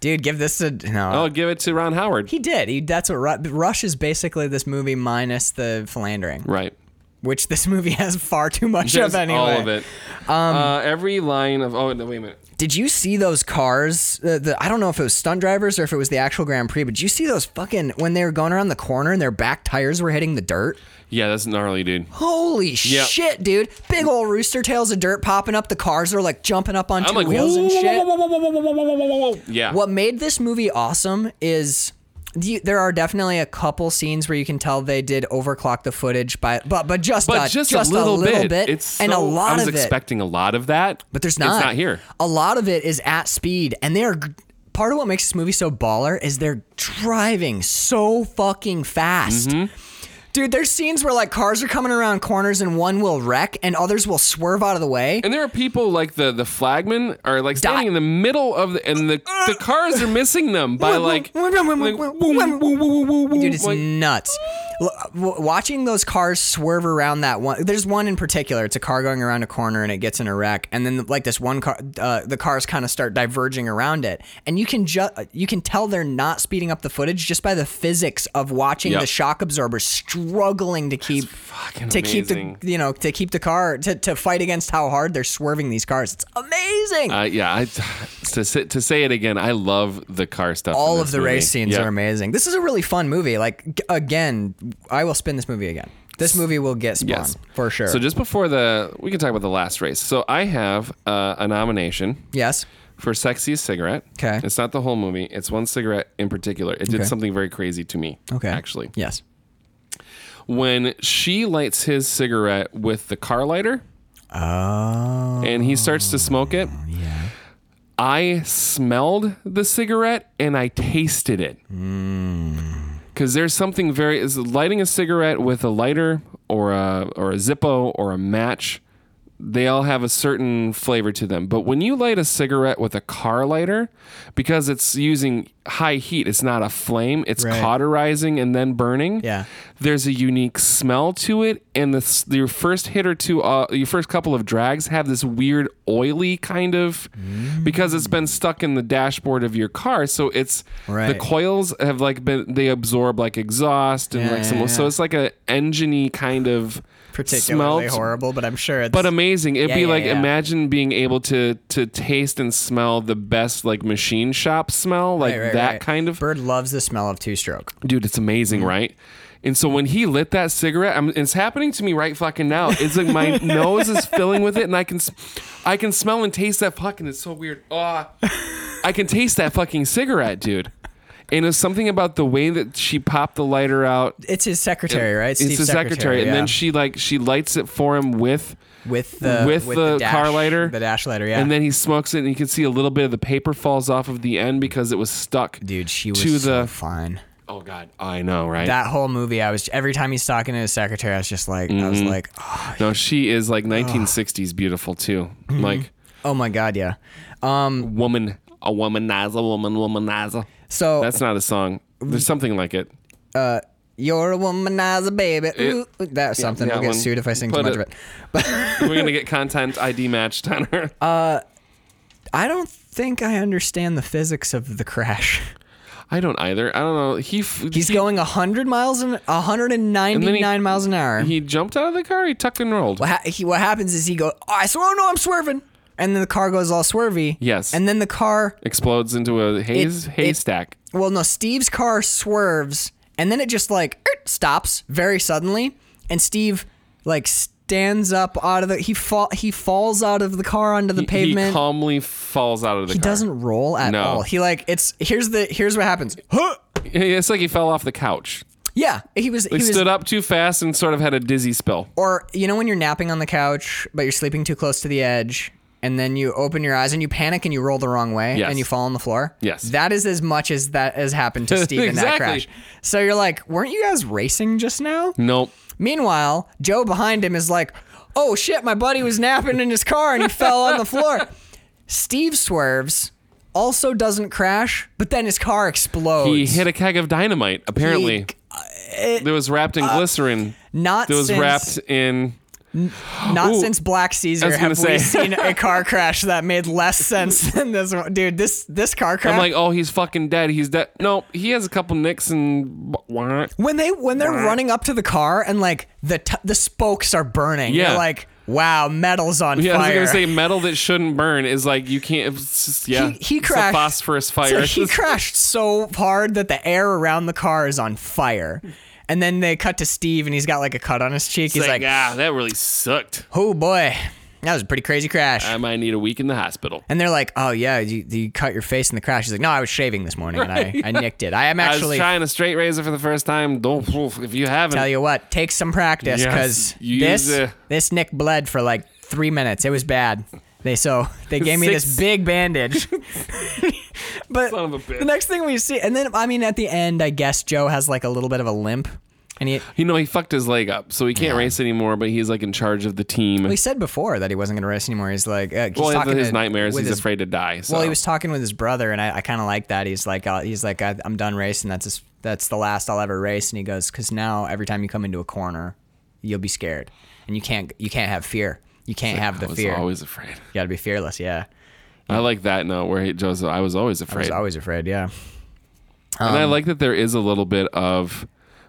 Speaker 2: Dude, give this a no.
Speaker 1: I'll give it to Ron Howard.
Speaker 2: He did. He, that's what Ru- Rush is basically this movie minus the philandering.
Speaker 1: right.
Speaker 2: which this movie has far too much
Speaker 1: Just
Speaker 2: of anyway. Um,
Speaker 1: all of it. uh, every line of oh no, wait a minute.
Speaker 2: Did you see those cars? Uh, the, I don't know if it was stunt drivers or if it was the actual Grand Prix, but did you see those fucking when they were going around the corner and their back tires were hitting the dirt?
Speaker 1: Yeah, that's gnarly, dude.
Speaker 2: Holy
Speaker 1: Yep.
Speaker 2: shit, dude! Big old rooster tails of dirt popping up. The cars are like jumping up on 2
Speaker 1: I'm like
Speaker 2: wheels and
Speaker 1: "Whoa,
Speaker 2: shit.
Speaker 1: whoa, whoa, whoa, whoa, whoa, whoa, whoa, whoa, whoa." Yeah.
Speaker 2: What made this movie awesome is the, there are definitely a couple scenes where you can tell they did overclock the footage by but but just
Speaker 1: But
Speaker 2: a,
Speaker 1: just, a little, bit. It's
Speaker 2: and a
Speaker 1: so-
Speaker 2: lot
Speaker 1: I was
Speaker 2: of it.
Speaker 1: expecting a lot of that,
Speaker 2: but there's not.
Speaker 1: It's not here.
Speaker 2: A lot of it is at speed, and they're part of what makes this movie so baller is they're driving so fucking fast.
Speaker 1: Mm-hmm.
Speaker 2: Dude, there's scenes where like cars are coming around corners and one will wreck and others will swerve out of the way.
Speaker 1: And there are people like the the flagmen are like standing in the middle of the and the, the cars are missing them by like, like, boom, boom, boom, boom, boom, boom,
Speaker 2: Dude, it's
Speaker 1: like-
Speaker 2: nuts. L- w- watching those cars swerve around that one there's one in particular it's a car going around a corner and it gets in a wreck and then like this one car uh, the cars kind of start diverging around it and you can ju- you can tell they're not speeding up the footage just by the physics of watching
Speaker 1: Yep.
Speaker 2: the shock absorber struggling to keep
Speaker 1: fucking
Speaker 2: to
Speaker 1: amazing.
Speaker 2: keep the you know to keep the car to, to fight against how hard they're swerving these cars it's amazing
Speaker 1: Uh, yeah, I, to say, to say it again, I love the car stuff. in
Speaker 2: all
Speaker 1: this
Speaker 2: of the
Speaker 1: movie.
Speaker 2: race scenes
Speaker 1: Yeah.
Speaker 2: are amazing. This is a really fun movie. Like g- again, I will spin this movie again. This movie will get spawned
Speaker 1: Yes.
Speaker 2: for sure.
Speaker 1: So just before the, we can talk about the last race. So I have uh, a nomination
Speaker 2: yes,
Speaker 1: for sexiest cigarette.
Speaker 2: 'Kay.
Speaker 1: It's not the whole movie. It's one cigarette in particular. It did
Speaker 2: Okay.
Speaker 1: something very crazy to me.
Speaker 2: okay,
Speaker 1: Actually,
Speaker 2: yes.
Speaker 1: when she lights his cigarette with the car lighter,
Speaker 2: Oh,
Speaker 1: and he starts to smoke it. I smelled the cigarette and I tasted it.
Speaker 2: Mm.
Speaker 1: Because there's something very is lighting a cigarette with a lighter or a or a Zippo or a match. They all have a certain flavor to them. But when you light a cigarette with a car lighter, because it's using high heat, it's not a flame, it's
Speaker 2: Right.
Speaker 1: cauterizing and then burning
Speaker 2: Yeah.
Speaker 1: there's a unique smell to it and the, s- your first hit or two uh, your first couple of drags have this weird oily kind of because it's been stuck in the dashboard of your car so it's the
Speaker 2: Right.
Speaker 1: coils have like been they absorb like exhaust and
Speaker 2: Yeah,
Speaker 1: like some
Speaker 2: yeah,
Speaker 1: so
Speaker 2: yeah.
Speaker 1: it's like a engine kind of
Speaker 2: particularly
Speaker 1: smell
Speaker 2: horrible, but I'm sure it's
Speaker 1: but um, amazing. It'd
Speaker 2: Yeah,
Speaker 1: be
Speaker 2: yeah,
Speaker 1: like
Speaker 2: yeah.
Speaker 1: imagine being able to to taste and smell the best like machine shop smell, like
Speaker 2: Right, right,
Speaker 1: that
Speaker 2: right.
Speaker 1: kind of
Speaker 2: Bird loves the smell of two stroke.
Speaker 1: dude it's amazing
Speaker 2: Mm-hmm.
Speaker 1: right and so when he lit that cigarette I'm, it's happening to me right fucking now it's like my nose is filling with it and i can s- i can smell and taste that fucking it's so weird ah i can taste that fucking cigarette dude and it was something about the way that she popped the lighter out
Speaker 2: It's his secretary, right?
Speaker 1: it's the secretary, and then she like she lights it for him with
Speaker 2: with the
Speaker 1: with the
Speaker 2: dash-
Speaker 1: car lighter,
Speaker 2: the dash lighter, yeah.
Speaker 1: and then he smokes it and you can see a little bit of the paper falls off of the end because it was stuck
Speaker 2: dude, she was
Speaker 1: to the
Speaker 2: so fine.
Speaker 1: oh god i know right
Speaker 2: That whole movie, I was every time he's talking to his secretary, I was just like, I
Speaker 1: Mm-hmm.
Speaker 2: was like, oh,
Speaker 1: No, she is like 1960s beautiful too. Like
Speaker 2: oh my god, yeah.
Speaker 1: woman, a womanizer, woman, womanizer.
Speaker 2: So
Speaker 1: That's not a song. There's something like it.
Speaker 2: You're a womanizer, baby. Ooh, that's something.
Speaker 1: that
Speaker 2: I'll get
Speaker 1: one.
Speaker 2: sued if I sing too
Speaker 1: Put
Speaker 2: much
Speaker 1: it-
Speaker 2: of it.
Speaker 1: We're gonna get content ID matched on her.
Speaker 2: Uh, I don't think I understand the physics of the crash.
Speaker 1: I don't either. I don't know. He f-
Speaker 2: He's going 100 miles an 199
Speaker 1: And then he-
Speaker 2: miles an hour.
Speaker 1: he jumped out of the car. He tucked and rolled.
Speaker 2: what, ha- he, what happens is he goes, oh, I swear, oh no, I'm swerving. And then the car goes all swervy.
Speaker 1: Yes.
Speaker 2: And then the car,
Speaker 1: Explodes into a haze
Speaker 2: it-
Speaker 1: haystack.
Speaker 2: well, no, Steve's car swerves and then it just like er, stops very suddenly. And Steve like stands up out of the, he, fall, he falls out of the car onto the
Speaker 1: He-
Speaker 2: pavement.
Speaker 1: He calmly falls out of the
Speaker 2: He
Speaker 1: car.
Speaker 2: doesn't roll at
Speaker 1: No.
Speaker 2: all. He like it's here's the here's what happens. Huh?
Speaker 1: It's like he fell off the couch.
Speaker 2: Yeah, he was he
Speaker 1: He
Speaker 2: was
Speaker 1: stood up too fast and sort of had a dizzy spill.
Speaker 2: or you know when you're napping on the couch but you're sleeping too close to the edge and then you open your eyes and you panic and you roll the wrong way
Speaker 1: Yes.
Speaker 2: and you fall on the floor.
Speaker 1: Yes.
Speaker 2: That is as much as that has happened to Steve in that
Speaker 1: Exactly.
Speaker 2: crash. So you're like, weren't you guys racing just now?
Speaker 1: Nope.
Speaker 2: Meanwhile, Joe behind him is like, oh shit, my buddy was napping in his car and he fell on the floor. Steve swerves, also doesn't crash, but then his car explodes.
Speaker 1: He hit a keg of dynamite. Apparently,
Speaker 2: Oh, He-
Speaker 1: that was wrapped in glycerin.
Speaker 2: Not
Speaker 1: that was
Speaker 2: since
Speaker 1: wrapped in
Speaker 2: not
Speaker 1: Ooh,
Speaker 2: since Black
Speaker 1: I
Speaker 2: Caesar
Speaker 1: was gonna
Speaker 2: have
Speaker 1: say.
Speaker 2: we seen a car crash that made less sense than this one. Dude, this this car crash.
Speaker 1: I'm like, oh, he's fucking dead. He's dead. No, he has a couple nicks and.
Speaker 2: when they when they're running up to the car and like the t- the spokes are burning. Yeah.
Speaker 1: Yeah.
Speaker 2: You're like, wow, metal's on
Speaker 1: Yeah, I was
Speaker 2: fire.
Speaker 1: gonna say metal that shouldn't burn is like you can't. It's just, yeah,
Speaker 2: He- he
Speaker 1: it's
Speaker 2: crashed.
Speaker 1: a phosphorus
Speaker 2: So
Speaker 1: fire.
Speaker 2: he crashed so hard that the air around the car is on fire. And then they cut to Steve and he's got like a cut on his cheek.
Speaker 1: It's
Speaker 2: he's like,
Speaker 1: like, ah, that really sucked.
Speaker 2: oh boy, that was a pretty crazy crash.
Speaker 1: I might need a week in the hospital.
Speaker 2: And they're like, "Oh yeah, you, you cut your face in the crash." He's like, "No, I was shaving this morning and I, I nicked it. I am
Speaker 1: I was
Speaker 2: actually
Speaker 1: trying a straight razor for the first time. Don't if you haven't.
Speaker 2: tell you what, take some practice
Speaker 1: Yes,
Speaker 2: because
Speaker 1: you
Speaker 2: this
Speaker 1: use, uh,
Speaker 2: this nick bled for like three minutes. It was bad. They so they gave me this
Speaker 1: Six-
Speaker 2: big bandage. but
Speaker 1: Son of a bitch.
Speaker 2: the next thing we see, and then I mean, at the end, I guess Joe has like a little bit of a limp, and he.
Speaker 1: you know, he fucked his leg up, so he can't race anymore. But he's like in charge of the team.
Speaker 2: We said before that he wasn't going to race anymore. He's like, uh, he's
Speaker 1: well,
Speaker 2: talking
Speaker 1: after his
Speaker 2: to-
Speaker 1: nightmares,
Speaker 2: with
Speaker 1: he's
Speaker 2: his
Speaker 1: afraid to die. So.
Speaker 2: Well, he was talking with his brother, and I, I kind of like that. He's like, uh, he's like, I, I'm done racing. That's as that's the last I'll ever race. And he goes, because now every time you come into a corner, you'll be scared, and you can't you can't have fear. You can't have the
Speaker 1: I was
Speaker 2: fear.
Speaker 1: always afraid.
Speaker 2: you got to be fearless. Yeah,
Speaker 1: I like that note where he Joe's. I was always
Speaker 2: I was
Speaker 1: afraid,
Speaker 2: always afraid. Yeah,
Speaker 1: and I like that there is a little bit of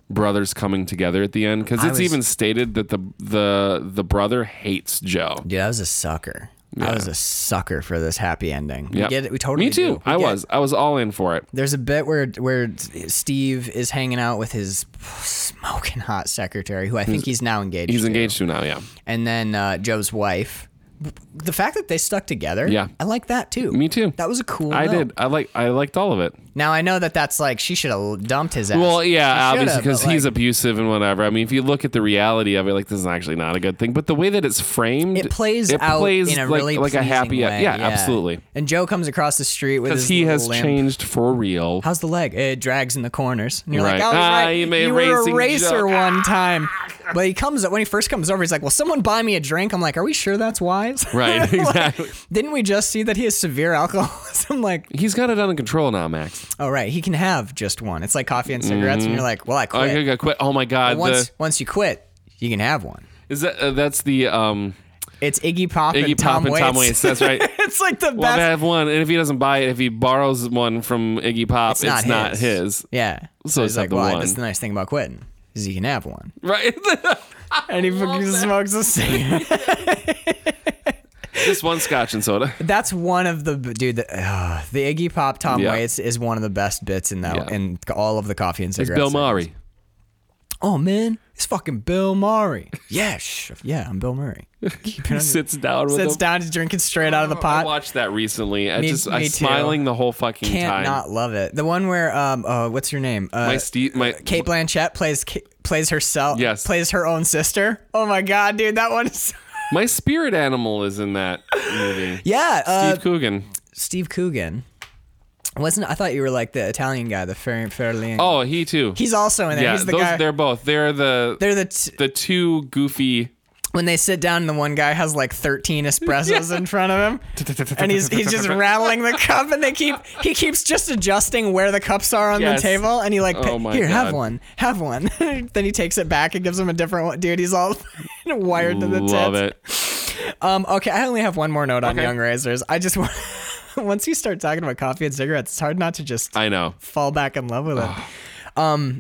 Speaker 1: brothers coming together at the end because
Speaker 2: I
Speaker 1: it's
Speaker 2: was-
Speaker 1: even stated that the the the brother hates Joe.
Speaker 2: dude, I was a sucker. I was a sucker for this happy ending.
Speaker 1: Yeah,
Speaker 2: We get it. We totally
Speaker 1: Me too.
Speaker 2: do. We
Speaker 1: I
Speaker 2: get-
Speaker 1: was. I was all in for it.
Speaker 2: There's a bit where where Steve is hanging out with his smoking hot secretary, who I think he's now engaged.
Speaker 1: He's
Speaker 2: to.
Speaker 1: engaged to now. Yeah.
Speaker 2: and then uh, Joe's wife. The fact that they stuck together,
Speaker 1: Yeah.
Speaker 2: I like that too.
Speaker 1: Me too.
Speaker 2: That was a cool.
Speaker 1: I
Speaker 2: note.
Speaker 1: did. I like. I liked all of it.
Speaker 2: Now I know that that's like she should have dumped his ass.
Speaker 1: Well, yeah,
Speaker 2: She shoulda,
Speaker 1: obviously, because
Speaker 2: but,
Speaker 1: he's
Speaker 2: like,
Speaker 1: abusive and whatever. I mean, if you look at the reality of it, like this is actually not a good thing. But the way that it's framed,
Speaker 2: It plays out in a
Speaker 1: like,
Speaker 2: really
Speaker 1: like a happy. e-,
Speaker 2: pleasing way.
Speaker 1: yeah, absolutely.
Speaker 2: And Joe comes across the street with his
Speaker 1: Because he
Speaker 2: little
Speaker 1: has
Speaker 2: limp.
Speaker 1: changed for real.
Speaker 2: How's the leg? It drags in the corners. And you're
Speaker 1: Right.
Speaker 2: like, oh,
Speaker 1: Ah,
Speaker 2: right.
Speaker 1: you made
Speaker 2: were a
Speaker 1: racing
Speaker 2: racer
Speaker 1: joke.
Speaker 2: one time. But he comes up when he first comes over. He's like, "Well, someone buy me a drink." I'm like, "Are we sure that's wise?"
Speaker 1: Right,
Speaker 2: Like,
Speaker 1: exactly.
Speaker 2: didn't we just see that he has severe alcoholism? Like,
Speaker 1: He's got it under control now, Max.
Speaker 2: oh right, he can have just one. It's like coffee and cigarettes, and you're like, "Well, I
Speaker 1: Mm-hmm. I
Speaker 2: quit."
Speaker 1: gotta quit. Oh my god.
Speaker 2: once
Speaker 1: the,
Speaker 2: once you quit, you can have one.
Speaker 1: is that uh, that's the um
Speaker 2: It's Iggy Pop
Speaker 1: Iggy
Speaker 2: and
Speaker 1: Pop
Speaker 2: Tom
Speaker 1: and
Speaker 2: Waits.
Speaker 1: Tom Waits? That's right.
Speaker 2: it's like the
Speaker 1: Well,
Speaker 2: best.
Speaker 1: they have one, and if he doesn't buy it, if he borrows one from Iggy Pop, it's, not, his.
Speaker 2: Yeah.
Speaker 1: So it's
Speaker 2: he's
Speaker 1: not
Speaker 2: like,
Speaker 1: the
Speaker 2: well,
Speaker 1: one."
Speaker 2: that's the nice thing about quitting is you can have one.
Speaker 1: Right.
Speaker 2: And he fucking smokes a cigarette.
Speaker 1: Just one scotch and soda.
Speaker 2: that's one of the dude. The, uh, the Iggy Pop Tom
Speaker 1: Yeah.
Speaker 2: Waits is one of the best bits in that
Speaker 1: Yeah.
Speaker 2: in all of the coffee and
Speaker 1: It's
Speaker 2: cigarettes.
Speaker 1: Bill Murray.
Speaker 2: Oh man, it's fucking Bill Murray. Yeah, sh- yeah, I'm Bill Murray. Keep it
Speaker 1: He
Speaker 2: on-
Speaker 1: sits down with
Speaker 2: sits
Speaker 1: him.
Speaker 2: down, he's drinking straight out of the
Speaker 1: I
Speaker 2: pot.
Speaker 1: watched that recently. I
Speaker 2: Me-
Speaker 1: just I
Speaker 2: me too.
Speaker 1: smiling the whole fucking
Speaker 2: Can't
Speaker 1: time.
Speaker 2: not love it. The one where um, uh, what's your name? Uh,
Speaker 1: my Steve, my
Speaker 2: Kate Blanchett plays K- plays herself.
Speaker 1: Yes.
Speaker 2: plays her own sister. Oh my god, dude, that one is.
Speaker 1: my spirit animal is in that movie.
Speaker 2: Yeah, uh,
Speaker 1: Steve Coogan.
Speaker 2: Steve Coogan. Wasn't I thought you were like the Italian guy, the Fer- Ferlin.
Speaker 1: Oh, he too.
Speaker 2: he's also in there.
Speaker 1: yeah,
Speaker 2: he's the
Speaker 1: those,
Speaker 2: guy. They're,
Speaker 1: they're both. They're the
Speaker 2: the t-
Speaker 1: the two goofy.
Speaker 2: when they sit down and the one guy has like 13 espressos in front of him and he's he's just rattling the cup and they keep he keeps just adjusting where the cups are on
Speaker 1: Yes.
Speaker 2: the table and he like
Speaker 1: Oh my
Speaker 2: here have
Speaker 1: God.
Speaker 2: one have one then he takes it back and gives him a different one dude he's all wired to the tits
Speaker 1: Love it.
Speaker 2: Um, okay, I only have one more note on
Speaker 1: Okay.
Speaker 2: Young Razors. I just want, once you start talking about coffee and cigarettes, it's hard not to just
Speaker 1: I know.
Speaker 2: fall back in love with it. um,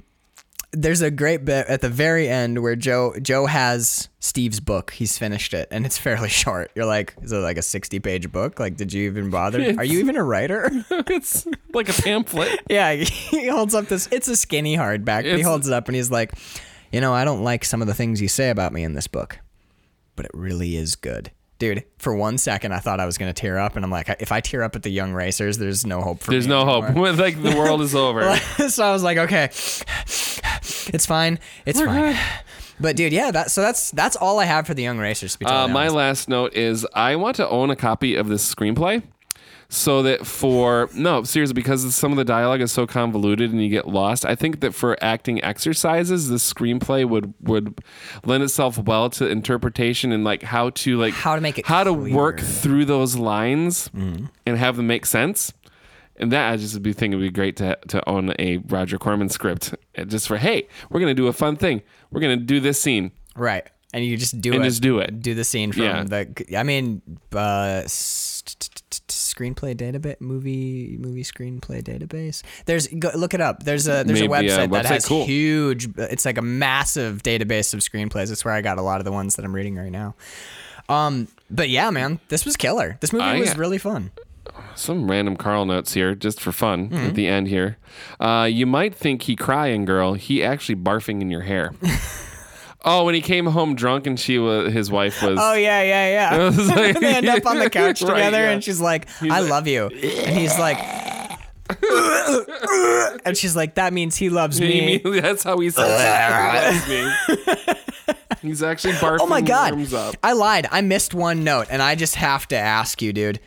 Speaker 2: there's a great bit at the very end where Joe Joe has Steve's book. He's finished it, and it's fairly short. You're like, is it like a 60 page book? Like, did you even bother? Are you even a writer?
Speaker 1: it's like a pamphlet.
Speaker 2: yeah, he holds up this. It's a skinny hardback. but he
Speaker 1: It's-
Speaker 2: holds it up, and he's like, you know, I don't like some of the things you say about me in this book, but it really is good. Dude, for one second, I thought I was gonna tear up, and I'm like, if I tear up at the Young Racers, there's no hope for
Speaker 1: There's
Speaker 2: me
Speaker 1: no hope.
Speaker 2: anymore."
Speaker 1: like the world is over.
Speaker 2: so I was like, okay, it's fine, it's fine. But dude, yeah, that so that's that's all I have for the Young Racers. To be
Speaker 1: Uh,
Speaker 2: totally
Speaker 1: my
Speaker 2: honest.
Speaker 1: last note is I want to own a copy of this screenplay so that for no seriously because some of the dialogue is so convoluted and you get lost i think that for acting exercises the screenplay would would lend itself well to interpretation and like how to like
Speaker 2: How to make it
Speaker 1: how to work
Speaker 2: clear. Mm-hmm.
Speaker 1: through those lines and have them make sense and that I just would be think it would be great to to own a Roger Corman script uh, just for hey we're gonna do a fun thing we're gonna do this scene
Speaker 2: right? And you just do
Speaker 1: and
Speaker 2: it,
Speaker 1: just do it
Speaker 2: do the scene from
Speaker 1: Yeah.
Speaker 2: the. I mean, uh, s- t- t- t- t- screenplay database, movie, movie screenplay database. There's go, look it up. There's a there's
Speaker 1: Maybe,
Speaker 2: a
Speaker 1: uh,
Speaker 2: website
Speaker 1: website,
Speaker 2: that has
Speaker 1: cool.
Speaker 2: huge. It's like a massive database of screenplays. It's where I got a lot of the ones that I'm reading right now. Um, but yeah, man, this was killer. This movie
Speaker 1: I-
Speaker 2: was really fun.
Speaker 1: some random Carl notes here, just for fun,
Speaker 2: Mm-hmm.
Speaker 1: at the end here. Uh, you might think he crying, girl. He actually barfing in your hair. oh, when he came home drunk and she was his wife was.
Speaker 2: Oh yeah, yeah, yeah.
Speaker 1: was like-
Speaker 2: they end up on the couch
Speaker 1: Right,
Speaker 2: together,
Speaker 1: yeah.
Speaker 2: and she's like, "I love you," and he's like, and she's like, "That means he loves
Speaker 1: He
Speaker 2: me."
Speaker 1: immediately- that's how he says it. He's actually barfing.
Speaker 2: Oh my god.
Speaker 1: worms up.
Speaker 2: I lied. I missed one note and I just have to ask you, dude.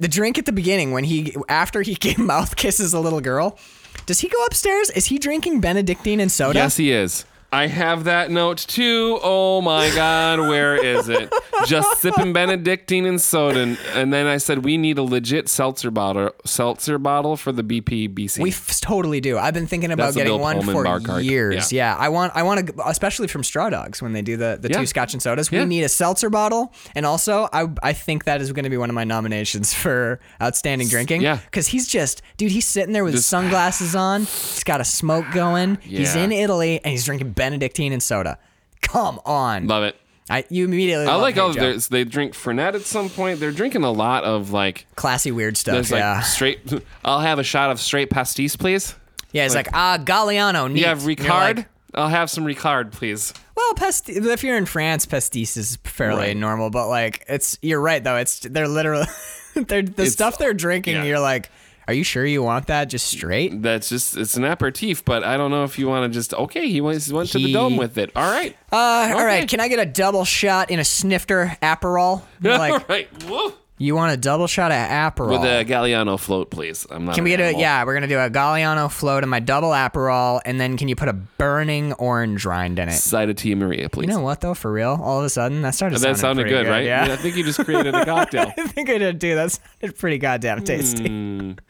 Speaker 2: The drink at the beginning when he after he gave mouth kisses a little girl, does he go upstairs? Is he drinking Benedictine and soda?
Speaker 1: Yes, he is. I have that note too. Oh my God, where is it? Just sipping Benedictine and soda, and, and then I said we need a legit seltzer bottle, seltzer bottle for the BP BC.
Speaker 2: We f- totally do. I've been thinking about
Speaker 1: That's a
Speaker 2: getting
Speaker 1: Bill
Speaker 2: one
Speaker 1: Pullman bar
Speaker 2: for
Speaker 1: cart.
Speaker 2: years. Yeah. I want I want to especially from Straw Dogs when they do the, the
Speaker 1: Yeah.
Speaker 2: two scotch and sodas. We
Speaker 1: Yeah.
Speaker 2: need a seltzer bottle and also I I think that is going to be one of my nominations for outstanding drinking
Speaker 1: yeah.
Speaker 2: cuz he's just dude, he's sitting there with his sunglasses on. He's got a smoke going. He's
Speaker 1: Yeah.
Speaker 2: in Italy and he's drinking Benedictine and soda. Come on.
Speaker 1: Love it.
Speaker 2: I you immediately
Speaker 1: I like all
Speaker 2: all
Speaker 1: of theirs. They drink Fernet at some point. They're drinking a lot of like,
Speaker 2: classy weird stuff.
Speaker 1: there's like
Speaker 2: Yeah.
Speaker 1: straight. I'll have a shot of straight pastis, please.
Speaker 2: yeah, he's like, "Ah, Galliano, neat."
Speaker 1: You have
Speaker 2: And you're
Speaker 1: Ricard.
Speaker 2: like,
Speaker 1: I'll have some Ricard, please.
Speaker 2: Well, pest- if you're in France, pastis is fairly
Speaker 1: Right.
Speaker 2: normal, but like it's you're right though. It's they're literally they're the stuff they're drinking.
Speaker 1: yeah.
Speaker 2: You're like, are you sure you want that just straight?
Speaker 1: That's just it's an aperitif, but I don't know if you want to just okay. He went, he went to the
Speaker 2: He-
Speaker 1: dome with it. All right.
Speaker 2: Uh, All
Speaker 1: Okay.
Speaker 2: right, can I get a double shot in a snifter Aperol? You're
Speaker 1: all
Speaker 2: like,
Speaker 1: right. Woo.
Speaker 2: you want a double shot of Aperol?
Speaker 1: With a Galliano float, please. I'm not.
Speaker 2: can we
Speaker 1: an
Speaker 2: get a
Speaker 1: animal.
Speaker 2: yeah? We're gonna do a Galliano float and my double Aperol, and then can you put a burning orange rind in it?
Speaker 1: Side of tea Maria, please.
Speaker 2: You know what though? For real, all of a sudden that started.
Speaker 1: that sounded
Speaker 2: pretty
Speaker 1: good, right?
Speaker 2: Yeah.
Speaker 1: I think you just created a cocktail.
Speaker 2: I think I did too. That sounded pretty goddamn tasty.
Speaker 1: Hmm.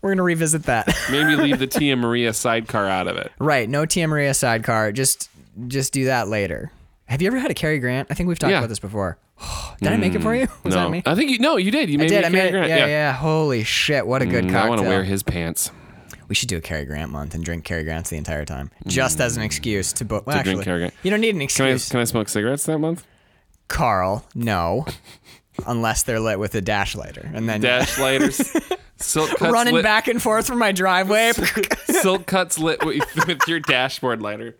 Speaker 2: We're gonna revisit that.
Speaker 1: Maybe leave the Tia Maria sidecar out of it.
Speaker 2: right, no Tia Maria sidecar. Just just do that later. Have you ever had a Cary Grant? I think we've talked
Speaker 1: Yeah. Hmm.
Speaker 2: about this before. did I make it for you? Was
Speaker 1: no,
Speaker 2: that me?
Speaker 1: I think you. No, you did. You
Speaker 2: I
Speaker 1: made
Speaker 2: did.
Speaker 1: me
Speaker 2: I
Speaker 1: a
Speaker 2: made
Speaker 1: Cary
Speaker 2: it.
Speaker 1: Grant.
Speaker 2: Yeah, yeah, Holy shit! What a good
Speaker 1: Mm, I
Speaker 2: cocktail.
Speaker 1: want to wear his pants.
Speaker 2: we should do a Cary Grant month and drink Cary Grants the entire time, just as an excuse to book. Well,
Speaker 1: Hmm. drink
Speaker 2: actually,
Speaker 1: Cary Grant.
Speaker 2: you don't need an
Speaker 1: Can I,
Speaker 2: excuse,
Speaker 1: can I smoke cigarettes that month?
Speaker 2: Carl. No, unless they're lit with a dash lighter, and then
Speaker 1: Dash lighters, silk cuts
Speaker 2: running
Speaker 1: lit,
Speaker 2: back and forth from my driveway.
Speaker 1: silk cuts lit with, with your dashboard lighter.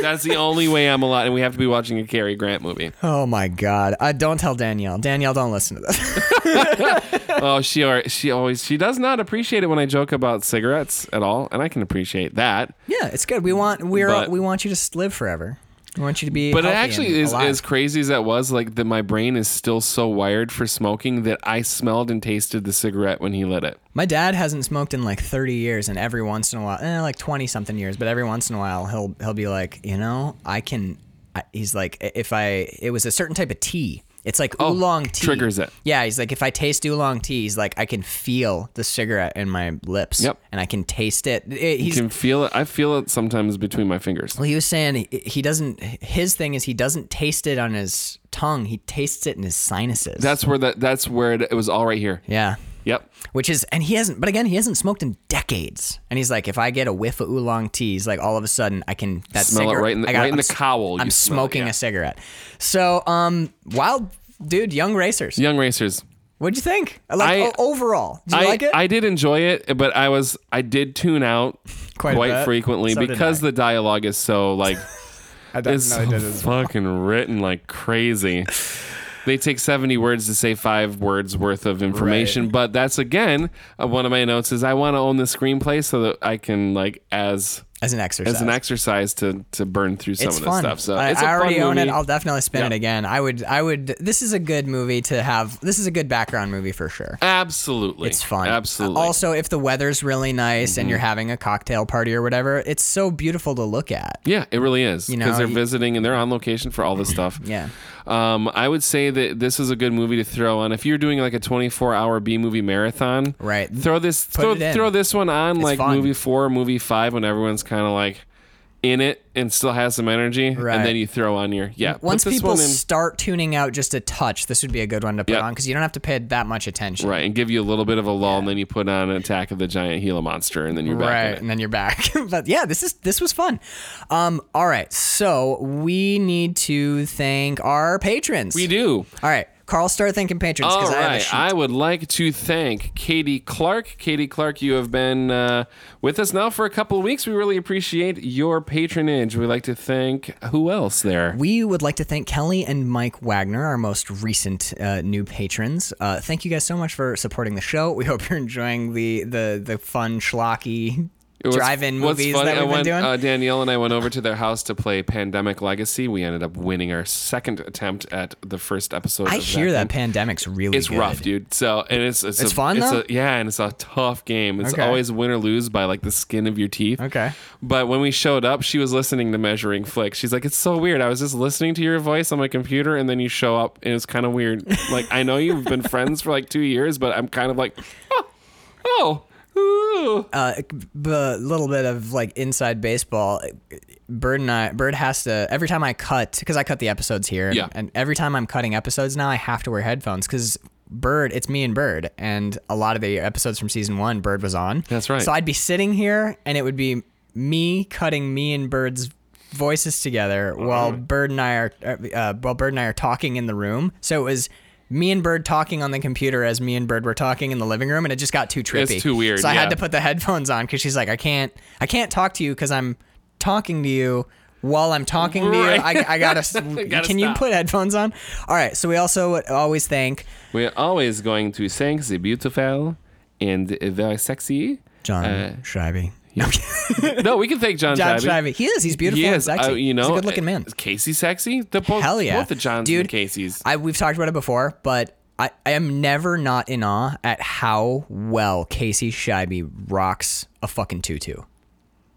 Speaker 1: That's the only way I'm alive, and we have to be watching a Cary Grant movie.
Speaker 2: Oh my god! Uh, don't tell Danielle. Danielle, don't listen to this.
Speaker 1: Oh, she al- she always she does not appreciate it when I joke about cigarettes at all, and I can appreciate that.
Speaker 2: yeah, it's good. We want we're
Speaker 1: But-
Speaker 2: we want you to live forever. We want you to be.
Speaker 1: But it
Speaker 2: healthy
Speaker 1: actually
Speaker 2: and
Speaker 1: is
Speaker 2: alive.
Speaker 1: as crazy as that was. Like that, my brain is still so wired for smoking that I smelled and tasted the cigarette when he lit it.
Speaker 2: My dad hasn't smoked in like 30 years, and every once in a while, eh, like 20 something years, but every once in a while he'll he'll be like, you know, I can. I, he's like, if I, it was a certain type of tea. It's like oolong tea.
Speaker 1: Oh, triggers it.
Speaker 2: Yeah, he's like, if I taste oolong tea, he's like, I can feel the cigarette in my lips.
Speaker 1: Yep.
Speaker 2: And I can taste it. It- he's
Speaker 1: You can feel it. I feel it sometimes between my fingers.
Speaker 2: Well, he was saying he- he doesn't. His thing is he doesn't taste it on his tongue. He tastes it in his sinuses.
Speaker 1: That's where that. That's where it, it was all right here.
Speaker 2: yeah,
Speaker 1: Yep.
Speaker 2: which is and he hasn't. But again, he hasn't smoked in decades. And he's like, if I get a whiff of oolong tea, he's like, all of a sudden I can that
Speaker 1: Smell it
Speaker 2: cigarette-
Speaker 1: right in the-
Speaker 2: I got-
Speaker 1: right in
Speaker 2: I'm
Speaker 1: the
Speaker 2: s-
Speaker 1: cowl, you
Speaker 2: I'm
Speaker 1: smell it,
Speaker 2: smoking
Speaker 1: yeah.
Speaker 2: a cigarette. So, um, wild dude, young racers.
Speaker 1: Young racers.
Speaker 2: What'd you think? Like
Speaker 1: I-
Speaker 2: o- overall, do you
Speaker 1: I
Speaker 2: like it?
Speaker 1: I did enjoy it, but I was I did tune out
Speaker 2: Quite a
Speaker 1: quite,
Speaker 2: bit.
Speaker 1: frequently
Speaker 2: So did
Speaker 1: because
Speaker 2: I.
Speaker 1: the dialogue is so like.
Speaker 2: I
Speaker 1: It's so fucking written like crazy. They take 70 words to say five words worth of information, but that's again uh, one of my notes is I want to own the screenplay so that I can like as
Speaker 2: as an exercise.
Speaker 1: as an exercise to to burn through some
Speaker 2: it's
Speaker 1: of
Speaker 2: fun.
Speaker 1: this stuff. So
Speaker 2: I,
Speaker 1: it's a
Speaker 2: I already
Speaker 1: fun
Speaker 2: own
Speaker 1: movie.
Speaker 2: it. I'll definitely spin it
Speaker 1: Yeah.
Speaker 2: again. I would. I would. This is a good movie to have. This is a good background movie for sure.
Speaker 1: Absolutely,
Speaker 2: It's fun.
Speaker 1: Absolutely. Mm-hmm.
Speaker 2: Also, if the weather's really nice and you're having a cocktail party or whatever, it's so beautiful to look at.
Speaker 1: yeah, it really is because
Speaker 2: know,
Speaker 1: they're
Speaker 2: you-
Speaker 1: visiting and they're on location for all this stuff.
Speaker 2: Yeah.
Speaker 1: Um, I would say that this is a good movie to throw on if you're doing like a 24 hour B movie marathon.
Speaker 2: Right.
Speaker 1: Throw this throw,
Speaker 2: it in.
Speaker 1: throw this one on like
Speaker 2: fun.
Speaker 1: movie four, movie five when everyone's kind of like in it and still has some energy,
Speaker 2: Right.
Speaker 1: and then you throw on your yeah.
Speaker 2: Once
Speaker 1: put this
Speaker 2: people
Speaker 1: one in,
Speaker 2: start tuning out just a touch, this would be a good one to put
Speaker 1: Yeah.
Speaker 2: on because you don't have to pay that much attention.
Speaker 1: right and give you a little bit of a lull, and then you put on an Attack of the Giant Gila Monster, and then you're back
Speaker 2: Right,
Speaker 1: in it.
Speaker 2: and then you're back. but yeah, this is this was fun. Um, all right, so we need to thank our patrons.
Speaker 1: We do.
Speaker 2: All right, Carl, start thanking patrons
Speaker 1: All
Speaker 2: because I have a
Speaker 1: right.
Speaker 2: sheet.
Speaker 1: I, would like to thank Katie Clark. Katie Clark, you have been uh, with us now for a couple of weeks. We really appreciate your patronage. We'd like to thank who else there?
Speaker 2: We would like to thank Kelly and Mike Wagner, our most recent uh, new patrons. Uh, thank you guys so much for supporting the show. We hope you're enjoying the the the fun schlocky
Speaker 1: What's-
Speaker 2: drive-in
Speaker 1: what's
Speaker 2: movies
Speaker 1: funny,
Speaker 2: that we've
Speaker 1: I
Speaker 2: been
Speaker 1: went,
Speaker 2: doing.
Speaker 1: Uh, Danielle and I went over to their house to play Pandemic Legacy. We ended up winning our second attempt at the first episode.
Speaker 2: I
Speaker 1: of
Speaker 2: hear that
Speaker 1: thing.
Speaker 2: pandemic's really
Speaker 1: It's
Speaker 2: good.
Speaker 1: rough, dude. So and it's it's,
Speaker 2: It's
Speaker 1: a,
Speaker 2: fun,
Speaker 1: it's
Speaker 2: though?
Speaker 1: A, yeah, and it's a tough game. It's
Speaker 2: Okay.
Speaker 1: always win or lose by like the skin of your teeth.
Speaker 2: Okay.
Speaker 1: But when we showed up, she was listening to Measuring Flick. She's like, "It's so weird. I was just listening to your voice on my computer, and then you show up, and it's kind of weird. like I know you've been friends for like two years, but I'm kind of like, oh, oh, ooh."
Speaker 2: uh, a little bit of like inside baseball. Bird and I, Bird has to every time I cut because I cut the episodes here, and,
Speaker 1: Yeah.
Speaker 2: and every time I'm cutting episodes now, I have to wear headphones because Bird, it's me and Bird, and a lot of the episodes from season one, Bird was on.
Speaker 1: That's right.
Speaker 2: So I'd be sitting here, and it would be me cutting me and Bird's voices together
Speaker 1: Uh-huh.
Speaker 2: while Bird and I are uh, while Bird and I are talking in the room. So it was. Me and Bird talking on the computer as me and Bird were talking in the living room, and it just got too trippy.
Speaker 1: too weird,
Speaker 2: So I
Speaker 1: yeah.
Speaker 2: had to put the headphones on because she's like, I can't, I can't talk to you because I'm talking to you while I'm talking to
Speaker 1: Right.
Speaker 2: you. I, I gotta. can
Speaker 1: Gotta
Speaker 2: you
Speaker 1: stop.
Speaker 2: put headphones on? All right. So we also always thank
Speaker 1: We're always going to thank the beautiful and the very sexy.
Speaker 2: John
Speaker 1: Uh,
Speaker 2: Schreibe.
Speaker 1: No, we can thank John.
Speaker 2: John
Speaker 1: Scheibe.
Speaker 2: Schreibe. He is. He's beautiful.
Speaker 1: He
Speaker 2: and
Speaker 1: is,
Speaker 2: sexy.
Speaker 1: uh, you know,
Speaker 2: he's a good looking man.
Speaker 1: Is Casey sexy? The both,
Speaker 2: Hell yeah.
Speaker 1: both the Johns
Speaker 2: Dude,
Speaker 1: and the Caseys.
Speaker 2: I we've talked about it before, but I, I am never not in awe at how well Casey Scheibe rocks a fucking tutu.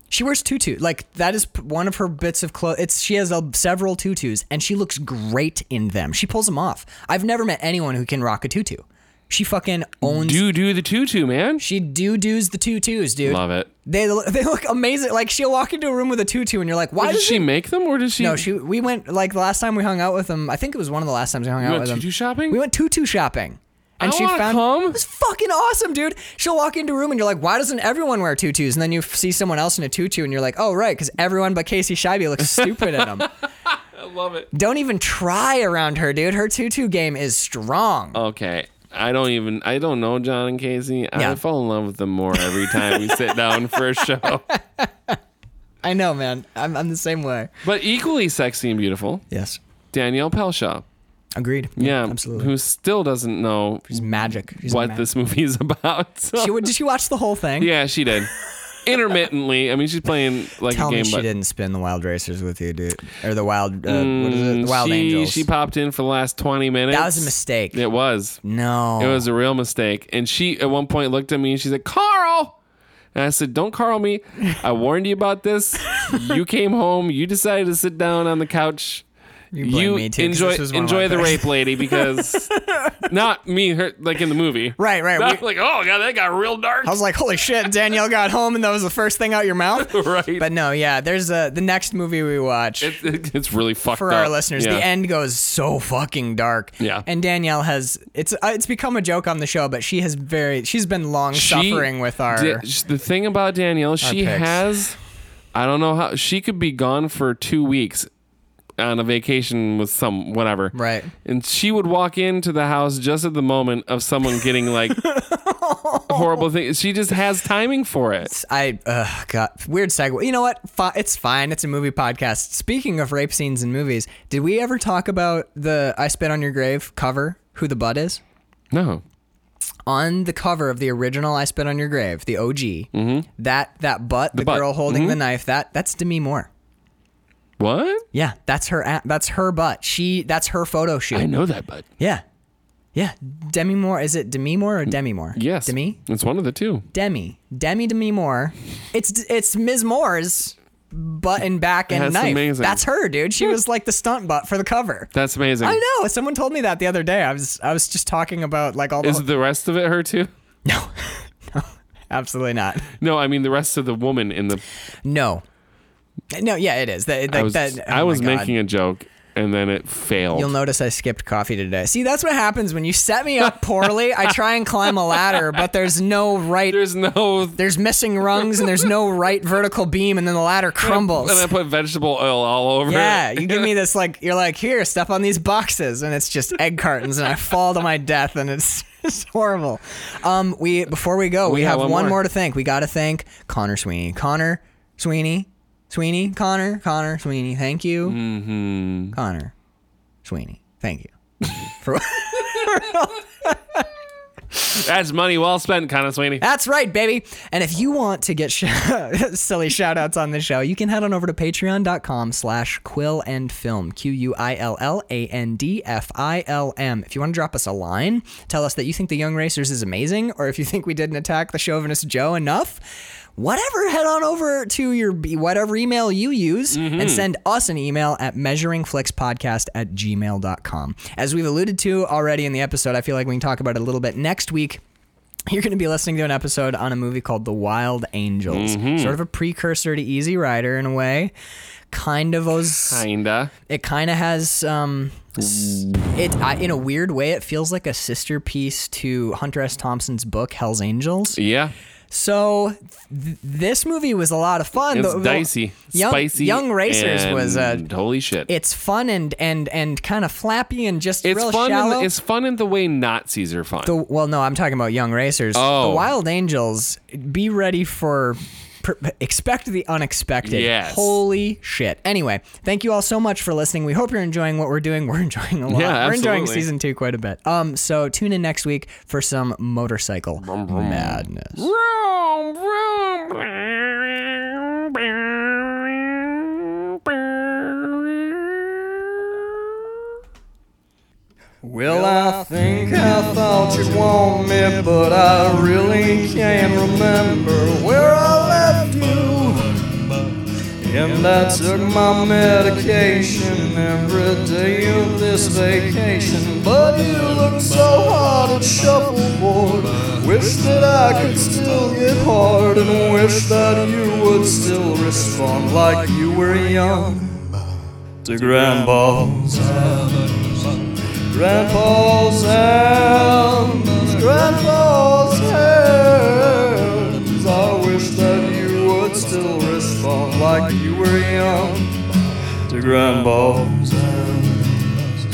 Speaker 2: She wears tutu. Like that is p- one of her bits of clothes. It's she has a, several tutus and she looks great in them. She pulls them off. I've never met anyone who can rock a tutu. She fucking owns.
Speaker 1: do do the tutu, man.
Speaker 2: she doo doos the tutus, dude.
Speaker 1: Love it.
Speaker 2: They lo- they look amazing. Like she'll walk into a room with a tutu and you're like, why
Speaker 1: Did
Speaker 2: does
Speaker 1: she make them or did she?
Speaker 2: no, she. We went like the last time we hung out with them. I think it was one of the last times we hung out
Speaker 1: went
Speaker 2: with them.
Speaker 1: tutu shopping?
Speaker 2: We went tutu shopping. And
Speaker 1: I
Speaker 2: she
Speaker 1: wanna
Speaker 2: found
Speaker 1: come.
Speaker 2: it was fucking awesome, dude. She'll walk into a room and you're like, why doesn't everyone wear tutus? And then you f- see someone else in a tutu and you're like, oh right, because everyone but Casey Shibe looks stupid in them.
Speaker 1: I love it.
Speaker 2: Don't even try around her, dude. Her tutu game is strong.
Speaker 1: Oh. Okay. I don't even. I don't know John and Casey.
Speaker 2: Yeah.
Speaker 1: I fall in love with them more every time we sit down for a show.
Speaker 2: I know, man. I'm, I'm the same way.
Speaker 1: But equally sexy and beautiful,
Speaker 2: Yes,
Speaker 1: Danielle Pelshaw.
Speaker 2: agreed.
Speaker 1: Yeah,
Speaker 2: absolutely.
Speaker 1: Who still doesn't know
Speaker 2: She's magic. She's
Speaker 1: what
Speaker 2: magic.
Speaker 1: this movie is about. so-
Speaker 2: She would. Did she watch the whole thing?
Speaker 1: yeah, she did. Intermittently. I mean, she's playing like
Speaker 2: Tell
Speaker 1: a game.
Speaker 2: me she
Speaker 1: but
Speaker 2: didn't spin the Wild Racers with you, dude, or the Wild. Uh, what is it? The Wild
Speaker 1: Mm, she,
Speaker 2: Angels.
Speaker 1: She popped in for the last twenty minutes.
Speaker 2: That was a mistake.
Speaker 1: It was.
Speaker 2: no.
Speaker 1: It was a real mistake. And she at one point looked at me and she said, Carl. And I said, Don't Carl me. I warned you about this. you came home. You decided to sit down on the couch. You,
Speaker 2: blame me too, 'cause
Speaker 1: enjoy
Speaker 2: this was one of
Speaker 1: enjoy
Speaker 2: my
Speaker 1: the
Speaker 2: best.
Speaker 1: rape lady because not me, her like in the movie.
Speaker 2: Right, right.
Speaker 1: Not
Speaker 2: We-
Speaker 1: like, oh god, that got real dark.
Speaker 2: I was like, holy shit, Danielle got home and that was the first thing out your mouth.
Speaker 1: right.
Speaker 2: But no, yeah, there's uh, the next movie we watch
Speaker 1: It- it- it's really fucked
Speaker 2: for
Speaker 1: up.
Speaker 2: our listeners.
Speaker 1: Yeah.
Speaker 2: The end goes so fucking dark.
Speaker 1: Yeah.
Speaker 2: And Danielle has it's uh, it's become a joke on the show, but she has very she's been long
Speaker 1: She
Speaker 2: suffering with our
Speaker 1: di- sh- the thing about Danielle, she
Speaker 2: picks.
Speaker 1: has. I don't know how she could be gone for two weeks on a vacation with some whatever.
Speaker 2: Right.
Speaker 1: And she would walk into the house just at the moment of someone getting like horrible things. She just has timing for it.
Speaker 2: I uh god weird segue. You know what? Fi it's fine. It's a movie podcast. Speaking of rape scenes in movies, did we ever talk about the "I Spit on Your Grave" cover? Who the butt is?
Speaker 1: No.
Speaker 2: on the cover of the original "I Spit on Your Grave," the OG, that that butt, the,
Speaker 1: Mm-hmm. butt. Mm-hmm.
Speaker 2: girl holding the knife, that that's Demi Moore.
Speaker 1: What?
Speaker 2: Yeah, that's her. a- That's her butt. She. That's her photo shoot.
Speaker 1: I know that, but
Speaker 2: Yeah, yeah. Demi Moore. Is it Demi Moore or Demi Moore?
Speaker 1: Mm, yes,
Speaker 2: Demi.
Speaker 1: It's one of the two.
Speaker 2: Demi. Demi. Demi Moore. It's it's Ms. Moore's butt and back and
Speaker 1: That's
Speaker 2: knife.
Speaker 1: amazing.
Speaker 2: That's her, dude. She was like the stunt butt for the cover.
Speaker 1: That's amazing.
Speaker 2: I know. Someone told me that the other day. I was I was just talking about like all the
Speaker 1: Is the rest of it her too?
Speaker 2: no, no, absolutely not.
Speaker 1: No, I mean the rest of the woman in the.
Speaker 2: No. No, yeah, it is. That, that,
Speaker 1: I was,
Speaker 2: that, oh
Speaker 1: I was
Speaker 2: my God.
Speaker 1: making a joke, and then it failed.
Speaker 2: You'll notice I skipped coffee today. See, that's what happens when you set me up poorly. I try and climb a ladder, but there's no right.
Speaker 1: There's no
Speaker 2: There's missing rungs and there's no right vertical beam, and then the ladder crumbles.
Speaker 1: And I put vegetable oil all over
Speaker 2: Yeah,
Speaker 1: it.
Speaker 2: you give me this like you're like here stuff on these boxes, and it's just egg cartons, and I fall to my death, and it's, it's horrible. Um, we before we go, we,
Speaker 1: got
Speaker 2: have
Speaker 1: one
Speaker 2: one more.
Speaker 1: more
Speaker 2: to thank. We got to thank Connor Sweeney, Connor Sweeney, Sweeney, Connor, Connor Sweeney. Thank you, mm-hmm. Connor Sweeney. Thank you for.
Speaker 1: That's money well spent, Connor Sweeney.
Speaker 2: That's right, baby. And if you want to get sh- silly shout outs on the show, you can head on over to patreon.com slash quill and film, Q U I L L A N D F I L M. If you want to drop us a line, tell us that you think The Young Racers is amazing, or if you think we didn't attack the chauvinist Joe enough, whatever, head on over to your b- whatever email you use and send us an email at measuringflixpodcast at gmail.com. As we've alluded to already in the episode, I feel like we can talk about it a little bit next week you're going to be listening to an episode on a movie called The Wild Angels,
Speaker 1: Mm-hmm.
Speaker 2: sort of a precursor to Easy Rider in a way. Kind of was
Speaker 1: Kinda.
Speaker 2: it kind of has um s- it I, in a weird way it feels like a sister piece to Hunter S. Thompson's book Hell's Angels.
Speaker 1: Yeah.
Speaker 2: So th- this movie was a lot of fun.
Speaker 1: It's
Speaker 2: but-
Speaker 1: dicey,
Speaker 2: Young,
Speaker 1: spicy.
Speaker 2: Young Racers was uh,
Speaker 1: and holy shit.
Speaker 2: it's fun and and and kind of flappy and just
Speaker 1: it's
Speaker 2: real
Speaker 1: fun. In
Speaker 2: shallow.
Speaker 1: the, it's fun in the way Nazis are fun.
Speaker 2: The well, no, I'm talking about Young Racers.
Speaker 1: Oh.
Speaker 2: The Wild Angels. Be ready for. per- Expect the unexpected.
Speaker 1: Yes.
Speaker 2: Holy shit. Anyway, thank you all so much for listening. We hope you're enjoying what we're doing. We're enjoying a lot.
Speaker 1: Yeah,
Speaker 2: we're enjoying
Speaker 1: absolutely.
Speaker 2: season two quite a bit. Um, so tune in next week for some motorcycle madness. Well, I think I thought you want me, but I really can't remember where I left you. And I took my medication every day of this vacation, but you look so hard at shuffleboard. Wish that I could still get hard, and wish that you would still respond like you were young.
Speaker 3: to Grandpa's Adams. Grandpa's Adams, Grandpa's Adams. I wish that you would still respond like you were young to Grandpa's Adams.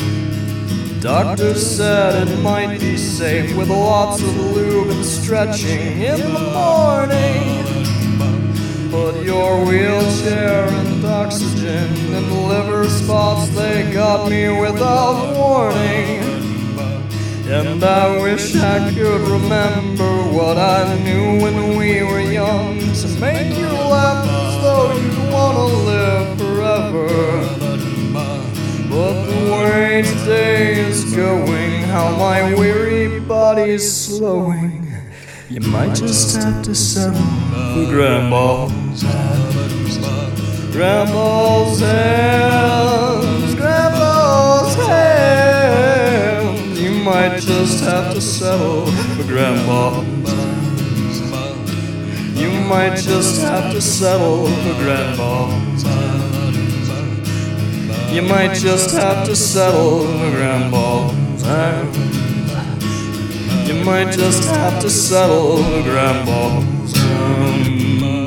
Speaker 3: Doctor said it might be safe with lots of lube and stretching in the morning. But your wheelchair and oxygen and liver spots, they got me without warning. And I wish I could remember what I knew when we were young to make you laugh as though you'd want to live forever. But the way today is going, how my weary body is slowing. You might just have to settle for grandma's Adams. Grandma's Adams. Grandma's Adams. You might just have to settle for grandma's Adams. You might just have to settle for grandma's Adams. You might just have to settle for grandma's Adams. You might just have to settle the grandma's.